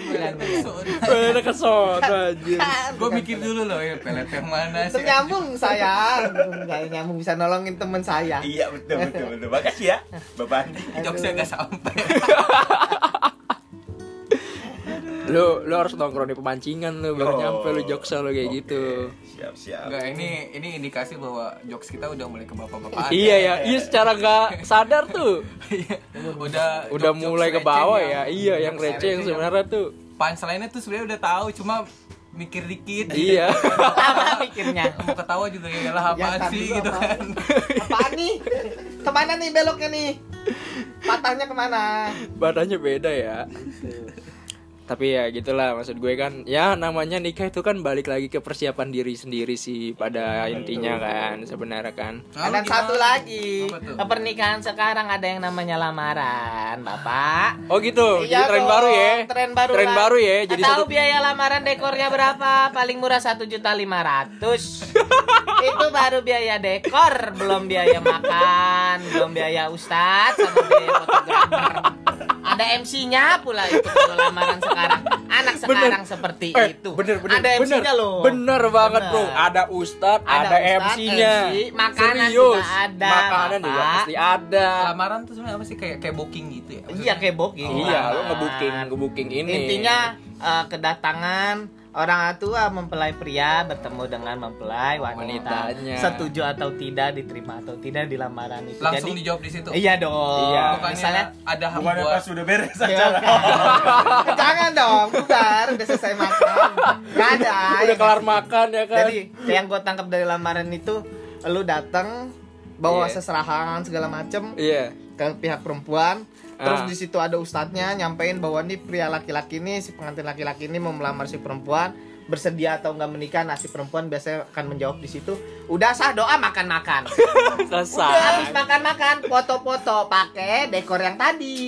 Speaker 1: Pelet ke sono anjir.
Speaker 2: Gue mikir dulu loh ya pelet yang mana sih.
Speaker 5: Ternyambung saya, nggak nyambung bisa nolongin temen saya.
Speaker 3: Iya betul betul betul. Makasih ya, Bapak Andi.
Speaker 2: Jokesnya nggak sampai.
Speaker 1: Lu lu harus nongkrong di pemancingan lu baru
Speaker 3: Oh.
Speaker 1: nyampe lu joksa lu kayak
Speaker 3: Oke,
Speaker 1: gitu.
Speaker 3: Siap siap.
Speaker 2: Enggak, ini ini indikasi bahwa jokes kita udah mulai ke bapak-bapak. Iya.
Speaker 1: Iya ya, iya secara nggak sadar tuh
Speaker 2: udah
Speaker 1: udah
Speaker 2: jokes-jokes
Speaker 1: mulai ke
Speaker 2: receh
Speaker 1: bawah ya.
Speaker 2: yang-
Speaker 1: Iya yang
Speaker 2: jokes ya.
Speaker 1: receh yang
Speaker 2: yang-
Speaker 1: sebenarnya tuh.
Speaker 2: punchline-nya tuh sebenarnya udah tahu cuma mikir dikit
Speaker 1: Iya.
Speaker 5: Apa pikirnya?
Speaker 2: mau ketawa juga ya lah
Speaker 5: Ya,
Speaker 2: apaan
Speaker 5: tar
Speaker 2: sih
Speaker 5: dulu,
Speaker 2: gitu
Speaker 5: apaan?
Speaker 2: kan
Speaker 5: Apaan nih? Kemana nih beloknya nih? Patahnya kemana?
Speaker 1: Badannya beda ya. Tapi ya gitulah maksud gue kan ya namanya nikah itu kan balik lagi ke persiapan diri sendiri sih pada intinya kan sebenarnya kan.
Speaker 2: Lalu
Speaker 5: Dan
Speaker 2: gimana?
Speaker 5: satu lagi,
Speaker 2: Apa tuh?
Speaker 5: pernikahan sekarang ada yang namanya lamaran, bapak.
Speaker 1: Oh gitu, jadi
Speaker 5: Iya
Speaker 1: tren
Speaker 5: dong,
Speaker 1: baru ya.
Speaker 5: Tren baru.
Speaker 1: Tren
Speaker 5: lah.
Speaker 1: baru ya. Jadi
Speaker 5: Tahu
Speaker 1: satu
Speaker 5: biaya lamaran dekornya berapa? Paling murah satu juta lima ratus. Itu baru biaya dekor, belum biaya makan, belum biaya ustadz, sama biaya fotografer. Ada MC-nya pula itu kalau lamaran sekarang. Anak sekarang seperti
Speaker 1: Eh,
Speaker 5: itu.
Speaker 1: bener bener
Speaker 5: Gitu. Ada
Speaker 1: bener,
Speaker 5: MC-nya loh.
Speaker 1: bener banget
Speaker 5: Bener.
Speaker 1: bro ada ustadz ada,
Speaker 5: ustadz,
Speaker 1: MC-nya
Speaker 5: MC, makanan
Speaker 1: Serius.
Speaker 5: juga ada,
Speaker 1: makanan juga
Speaker 5: Bapak.
Speaker 1: pasti ada
Speaker 2: lamaran tuh sebenarnya apa sih kayak kayak booking gitu ya
Speaker 5: Iya kayak booking.
Speaker 1: iya lo
Speaker 5: Lamaran.
Speaker 1: ngebooking ngebooking ini
Speaker 5: Intinya eh, kedatangan Orang tua mempelai pria bertemu dengan mempelai wanita.
Speaker 1: Wanitanya.
Speaker 5: Setuju atau tidak diterima atau tidak di lamaran itu.
Speaker 2: Langsung
Speaker 5: Jadi,
Speaker 2: dijawab di situ.
Speaker 5: Iya dong.
Speaker 1: Iya.
Speaker 2: Bukannya
Speaker 5: Misalnya
Speaker 2: ada
Speaker 3: Bukan
Speaker 2: hamba.
Speaker 3: pas udah beres
Speaker 5: Ya,
Speaker 3: acara.
Speaker 5: kan. Jangan dong, bubar, udah selesai makan. Gak ada.
Speaker 1: Udah
Speaker 5: ya
Speaker 1: kelar
Speaker 5: kan?
Speaker 1: makan ya kan.
Speaker 5: Jadi yang gue tangkap dari lamaran itu, lu datang bawa
Speaker 1: Iya.
Speaker 5: seserahan segala macem
Speaker 1: Iya.
Speaker 5: ke pihak perempuan.
Speaker 1: Ah.
Speaker 5: Terus di situ ada ustadznya nyampein bahwa nih pria laki-laki ini si pengantin laki-laki ini mau melamar si perempuan bersedia atau nggak menikah nah si perempuan biasanya akan menjawab di situ udah sah doa makan makan udah habis
Speaker 1: Selesai.
Speaker 5: makan makan foto-foto pakai dekor yang tadi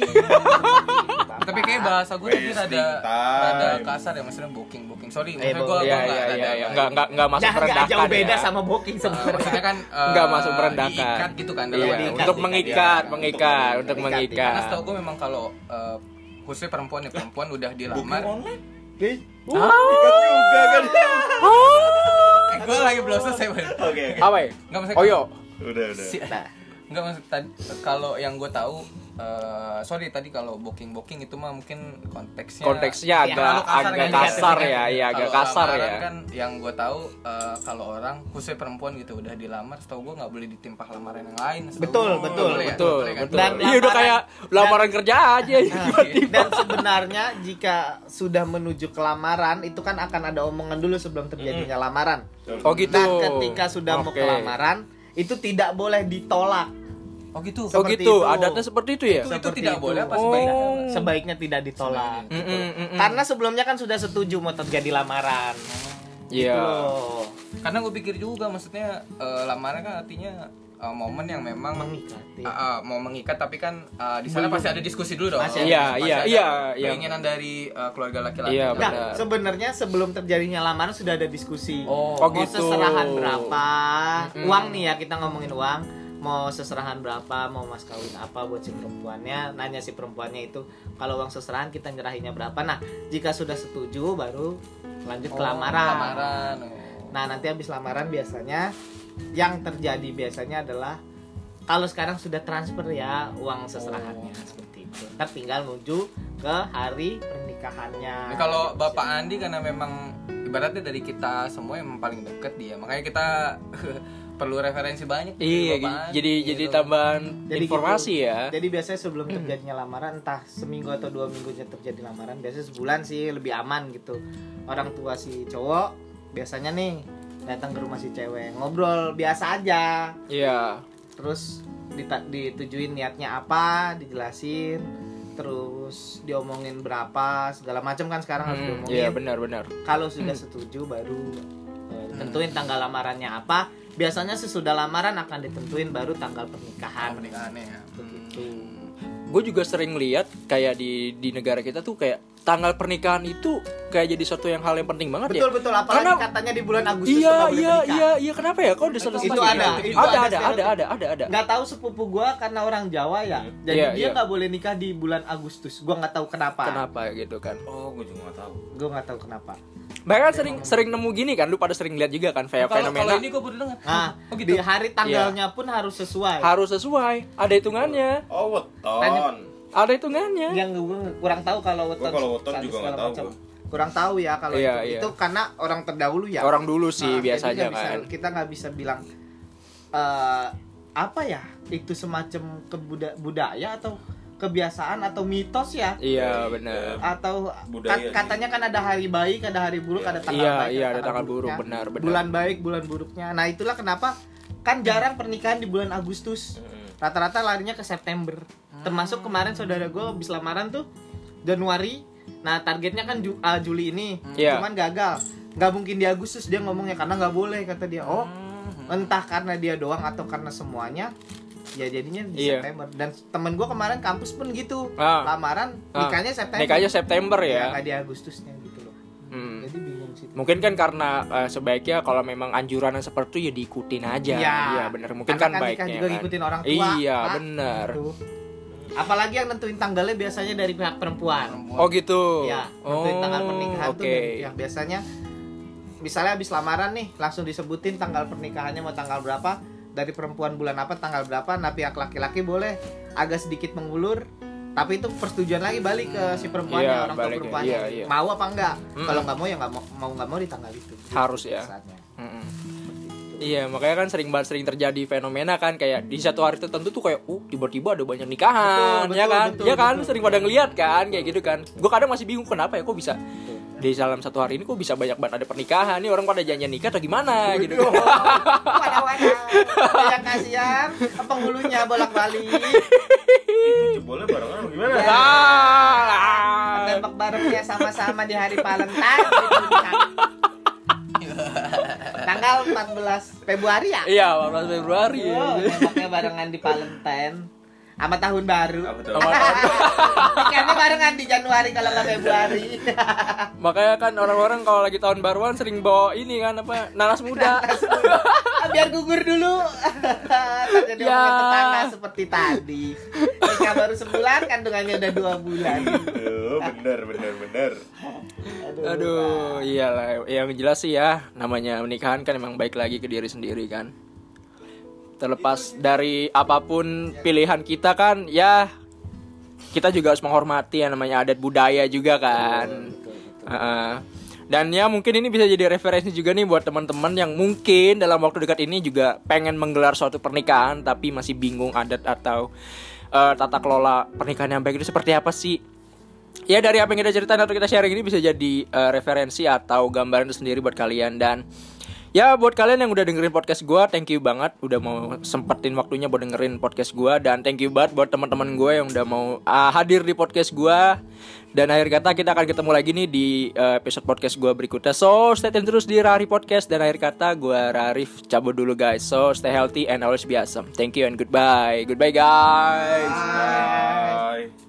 Speaker 2: Tapi kayak bahasa gue tadi
Speaker 3: Wasting
Speaker 2: rada
Speaker 3: time.
Speaker 2: rada kasar ya maksudnya booking booking. Sorry,
Speaker 5: Eh,
Speaker 2: maksudnya gue
Speaker 5: booking.
Speaker 1: Iya iya iya iya. Enggak enggak enggak masuk
Speaker 5: Nggak- nggak
Speaker 1: merendahkan.
Speaker 5: jauh beda
Speaker 1: ya.
Speaker 5: sama booking sebenarnya
Speaker 2: maksudnya kan eh,
Speaker 1: Nggak masuk merendahkan.
Speaker 2: diikat gitu kan
Speaker 1: Iya,
Speaker 2: dalam
Speaker 5: Iya,
Speaker 2: bahasa.
Speaker 1: untuk
Speaker 5: diikat,
Speaker 1: mengikat,
Speaker 2: Iya.
Speaker 1: mengikat, untuk
Speaker 5: Mengikat,
Speaker 1: mengikat.
Speaker 2: Karena setahu gue memang kalau eh, khususnya perempuan ya perempuan udah dilamar.
Speaker 3: Booking online.
Speaker 5: Oh.
Speaker 1: Ah.
Speaker 3: Ikat juga kan.
Speaker 2: Eh, gue lagi belum selesai. Bang.
Speaker 3: Oke oke.
Speaker 1: Apa ya?
Speaker 2: Nggak Iya. maksudnya.
Speaker 5: iya,
Speaker 1: Oh yo.
Speaker 3: Udah udah.
Speaker 2: Si-
Speaker 5: Nah,
Speaker 2: Nggak maksud tadi kalau yang gue tahu eh, sorry tadi kalau booking booking itu mah mungkin konteksnya
Speaker 1: Konteksnya
Speaker 5: Ya,
Speaker 1: agak
Speaker 2: terlalu kasar
Speaker 1: agak
Speaker 2: kan,
Speaker 1: kasar
Speaker 2: negatifnya.
Speaker 1: ya, iya agak
Speaker 2: Kalau
Speaker 1: kasar
Speaker 2: lamaran
Speaker 1: ya.
Speaker 2: kan yang gue tahu eh, kalau orang khususnya perempuan gitu udah dilamar setahu gue nggak boleh ditimpah lamaran yang lain setahu
Speaker 5: Betul,
Speaker 2: gua.
Speaker 5: betul,
Speaker 2: Boleh ya?
Speaker 1: Betul,
Speaker 2: Boleh kan?
Speaker 1: betul.
Speaker 5: Dan Iya.
Speaker 1: Iya udah
Speaker 5: lamaran-
Speaker 1: kayak lamaran kerja aja tiba-tiba.
Speaker 5: dan sebenarnya jika sudah menuju ke lamaran itu kan akan ada omongan dulu sebelum terjadinya lamaran
Speaker 1: Oh gitu.
Speaker 5: Nah, ketika sudah mau
Speaker 1: Oke. Oh,
Speaker 5: ke lamaran, itu tidak boleh ditolak.
Speaker 2: oh gitu
Speaker 1: Oh
Speaker 5: Seperti
Speaker 1: gitu,
Speaker 5: itu.
Speaker 1: adatnya seperti itu ya?
Speaker 2: itu, itu
Speaker 5: seperti
Speaker 2: tidak
Speaker 5: itu.
Speaker 2: boleh apa
Speaker 1: Oh.
Speaker 2: sebaiknya
Speaker 5: Gitu. Sebaiknya tidak ditolak.
Speaker 2: Sebaiknya.
Speaker 5: gitu.
Speaker 1: Mm, mm, mm.
Speaker 5: Karena sebelumnya kan sudah setuju mau terjadi lamaran. Gitu
Speaker 1: Iya.
Speaker 5: Loh,
Speaker 2: karena gue pikir juga maksudnya eh, lamaran kan artinya eh, momen yang memang
Speaker 5: mengikati.
Speaker 2: Ah, ah, mau mengikat tapi kan ah, di sana pasti ada diskusi dulu dong.
Speaker 1: ada.
Speaker 5: Masih
Speaker 1: Iya,
Speaker 2: Pasti
Speaker 1: iya,
Speaker 2: ada
Speaker 1: iya,
Speaker 2: Keinginan dari ah, keluarga laki-laki.
Speaker 1: Iya,
Speaker 5: Nah,
Speaker 1: benar.
Speaker 5: sebenarnya sebelum terjadinya lamaran sudah ada diskusi.
Speaker 2: Oh.
Speaker 1: Oh,
Speaker 5: mau
Speaker 1: gitu.
Speaker 5: seserahan berapa? Uang nih ya, kita ngomongin uang. Mau seserahan berapa? Mau mas kawin apa buat si perempuannya? Nanya si perempuannya itu kalau uang seserahan kita nyerahinnya berapa? Nah, jika sudah setuju baru
Speaker 2: Oh,
Speaker 5: lanjut ke lamaran.
Speaker 2: Lamaran.
Speaker 5: Nah, nanti habis lamaran biasanya yang terjadi biasanya adalah kalau sekarang sudah transfer ya uang seserahannya
Speaker 2: Oh.
Speaker 5: seperti itu. Ntar tinggal menuju ke hari pernikahannya.
Speaker 2: Nah, kalau Bapak Andi kan karena memang ibaratnya dari kita semua yang paling deket dia, makanya kita perlu referensi banyak. dari
Speaker 1: Iya,
Speaker 2: Bapak
Speaker 1: gi-
Speaker 2: Andi,
Speaker 1: jadi
Speaker 2: gitu.
Speaker 1: jadi tambahan
Speaker 5: Jadi gitu.
Speaker 1: informasi ya.
Speaker 5: Jadi biasanya sebelum terjadinya lamaran entah seminggu atau dua minggunya terjadi lamaran biasanya sebulan sih lebih aman gitu. Orang tua si cowok biasanya nih datang ke rumah si cewek ngobrol biasa aja
Speaker 1: Iya.
Speaker 5: terus dita- ditujuin niatnya apa dijelasin terus diomongin berapa segala macam kan sekarang harus
Speaker 1: Mm,
Speaker 5: diomongin
Speaker 1: Iya, Hmm. benar benar.
Speaker 5: kalau sudah setuju baru eh, tentuin tanggal lamarannya apa biasanya sesudah lamaran akan ditentuin baru tanggal
Speaker 2: Ah,
Speaker 1: Oh,
Speaker 5: pernikahan
Speaker 2: pernikahannya ya.
Speaker 5: begitu
Speaker 1: Hmm. Gue juga sering lihat kayak di di negara kita tuh kayak tanggal pernikahan itu kayak jadi suatu yang hal yang penting banget
Speaker 5: betul
Speaker 1: ya.
Speaker 5: betul apalagi
Speaker 1: Karena-
Speaker 5: katanya di bulan Agustus
Speaker 1: Iya,
Speaker 5: nggak boleh
Speaker 1: iya,
Speaker 5: menikah.
Speaker 1: iya, iya. Kenapa ya? Kok udah selesai?
Speaker 5: itu ada, itu
Speaker 1: ada,
Speaker 5: ada
Speaker 1: ada, ada, ada, ada, ada.
Speaker 5: nggak tahu sepupu gua karena orang Jawa ya jadi
Speaker 1: Iya,
Speaker 5: dia
Speaker 1: iya.
Speaker 5: nggak boleh nikah di bulan Agustus gua nggak tahu kenapa,
Speaker 1: Kenapa gitu kan?
Speaker 3: Oh gue juga nggak tahu.
Speaker 5: gua nggak tahu kenapa
Speaker 1: Bahkan sering sering nemu gini kan, lu pada sering lihat juga kan kayak
Speaker 2: Kalau kalau
Speaker 1: fenomena
Speaker 2: ini gue baru dengar.
Speaker 5: Nah,
Speaker 2: Oh, gitu.
Speaker 5: di hari tanggalnya pun harus
Speaker 1: Iya.
Speaker 5: sesuai.
Speaker 1: harus sesuai, ada hitungannya,
Speaker 3: Oh weton.
Speaker 1: ada hitungannya.
Speaker 5: yang gue kurang tahu kalau weton.
Speaker 3: kalau weton
Speaker 5: saat
Speaker 3: juga
Speaker 5: segala
Speaker 3: nggak tahu
Speaker 5: macam.
Speaker 3: gua.
Speaker 5: Kurang tahu ya kalau
Speaker 1: Iya,
Speaker 5: itu.
Speaker 1: iya.
Speaker 5: Itu karena orang terdahulu ya.
Speaker 1: Orang dulu sih
Speaker 5: Nah, jadi
Speaker 1: biasanya
Speaker 5: nggak bisa-
Speaker 1: kan.
Speaker 5: Kita nggak bisa bilang eh apa ya? Itu semacam kebuda- budaya atau kebiasaan atau mitos ya?
Speaker 1: Iya, benar.
Speaker 5: Atau kat-
Speaker 3: Budaya
Speaker 5: katanya kan ada hari baik, ada hari buruk, ada tanggal
Speaker 1: Iya,
Speaker 5: baik,
Speaker 1: iya, ada tanggal buruk,
Speaker 5: buruknya.
Speaker 1: benar, benar.
Speaker 5: Bulan baik, bulan buruknya. Nah, itulah kenapa kan jarang pernikahan di bulan Agustus. rata-rata larinya ke September
Speaker 1: Hmm.
Speaker 5: termasuk kemarin saudara gue habis lamaran tuh Januari nah targetnya kan Ju- ah, Juli ini
Speaker 1: Iya.
Speaker 5: cuman gagal nggak mungkin di Agustus dia ngomongnya karena nggak boleh kata dia oh
Speaker 2: Hmm.
Speaker 1: Hmm.
Speaker 5: entah karena dia doang atau karena semuanya ya jadinya di
Speaker 1: Iya.
Speaker 5: September dan temen gue kemarin kampus pun gitu
Speaker 1: Ah,
Speaker 5: lamaran
Speaker 1: Ah.
Speaker 5: nikahnya September
Speaker 1: nikahnya September ya.
Speaker 5: Iya, nggak di Agustusnya gitu loh
Speaker 1: Hmm.
Speaker 5: jadi bingung sih
Speaker 1: Mungkin kan karena eh, sebaiknya kalau memang anjuran yang seperti itu ya diikutin aja.
Speaker 5: Iya.
Speaker 1: Iya, benar. Mungkin
Speaker 5: Karena
Speaker 1: kan
Speaker 5: kan nikah
Speaker 1: baiknya.
Speaker 5: juga
Speaker 1: kan.
Speaker 5: ngikutin orang tua,
Speaker 1: Iya,
Speaker 5: Pak.
Speaker 1: benar.
Speaker 5: Gitu. apalagi yang nentuin tanggalnya biasanya dari pihak perempuan
Speaker 2: Perempuan.
Speaker 1: Oh gitu.
Speaker 5: Ya,
Speaker 1: oh,
Speaker 5: nentuin tanggal pernikahan
Speaker 1: Oke.
Speaker 5: tuh iya. dari pihak biasanya misalnya habis lamaran nih langsung disebutin tanggal pernikahannya mau tanggal berapa dari perempuan bulan apa tanggal berapa nah pihak laki-laki boleh agak sedikit mengulur tapi itu persetujuan lagi balik ke si perempuannya
Speaker 1: Iya,
Speaker 5: orang
Speaker 1: balik
Speaker 5: tua
Speaker 1: ya.
Speaker 5: perempuannya
Speaker 1: Iya, iya. Hmm.
Speaker 5: mau apa enggak
Speaker 1: Mm-mm.
Speaker 5: kalau nggak mau ya nggak mau mau nggak mau di tanggal itu
Speaker 1: Harus ya.
Speaker 5: Saatnya.
Speaker 1: Mm-mm. Iya makanya kan sering banget sering terjadi fenomena kan kayak di satu hari tertentu tuh kayak uh tiba-tiba ada banyak nikahan
Speaker 5: Betul,
Speaker 1: ya
Speaker 5: betul,
Speaker 1: kan
Speaker 5: betul,
Speaker 1: ya kan
Speaker 5: betul.
Speaker 1: sering pada ngeliat kan kayak gitu kan gue kadang masih bingung kenapa ya kok bisa di dalam satu hari ini kok bisa banyak banget ada pernikahan nih orang pada janjian nikah atau gimana gitu kan.
Speaker 5: wadah wadah kayak kasihan penghulunya bolak balik
Speaker 3: itu jebolnya barengan apa gimana
Speaker 1: Iya. Ah, ah.
Speaker 5: tembak barengnya sama-sama di hari Valentine di puncak. tanggal 14 Februari ya
Speaker 1: Iya 14 Februari
Speaker 5: Yo, nembaknya barengan di Valentine sama tahun baru
Speaker 3: apa tuh
Speaker 1: Sama-
Speaker 5: Ikannya barengan di Januari kalau nggak Februari.
Speaker 1: Makanya kan orang-orang kalau lagi tahun baruan sering bawa ini kan apa nanas muda
Speaker 5: Biar gugur dulu. Terjadi
Speaker 1: Ya.
Speaker 5: omongan tetangga seperti tadi. Nikah baru sebulan, kandungannya udah dua bulan.
Speaker 3: Aduh, bener bener bener
Speaker 1: Aduh, iyalah. Yang jelas sih ya, namanya menikahan kan emang baik lagi ke diri sendiri kan. Terlepas dari apapun pilihan kita kan, ya kita juga harus menghormati yang namanya adat budaya juga kan. Heeh. Dan ya mungkin ini bisa jadi referensi juga nih buat teman-teman yang mungkin dalam waktu dekat ini juga pengen menggelar suatu pernikahan tapi masih bingung adat atau eh, tata kelola pernikahan yang baik itu seperti apa sih? ya dari apa yang kita ceritain atau kita sharing ini bisa jadi eh, referensi atau gambaran itu sendiri buat kalian dan ya buat kalian yang udah dengerin podcast gua thank you banget udah mau sempetin waktunya buat dengerin podcast gua dan thank you banget buat teman-teman gue yang udah mau ah, hadir di podcast gua dan akhir kata kita akan ketemu lagi nih di eh, episode podcast gua berikutnya so stay tune terus di Rari Podcast dan akhir kata gua Rarif cabut dulu guys so stay healthy and always be awesome thank you and goodbye goodbye guys
Speaker 3: Bye.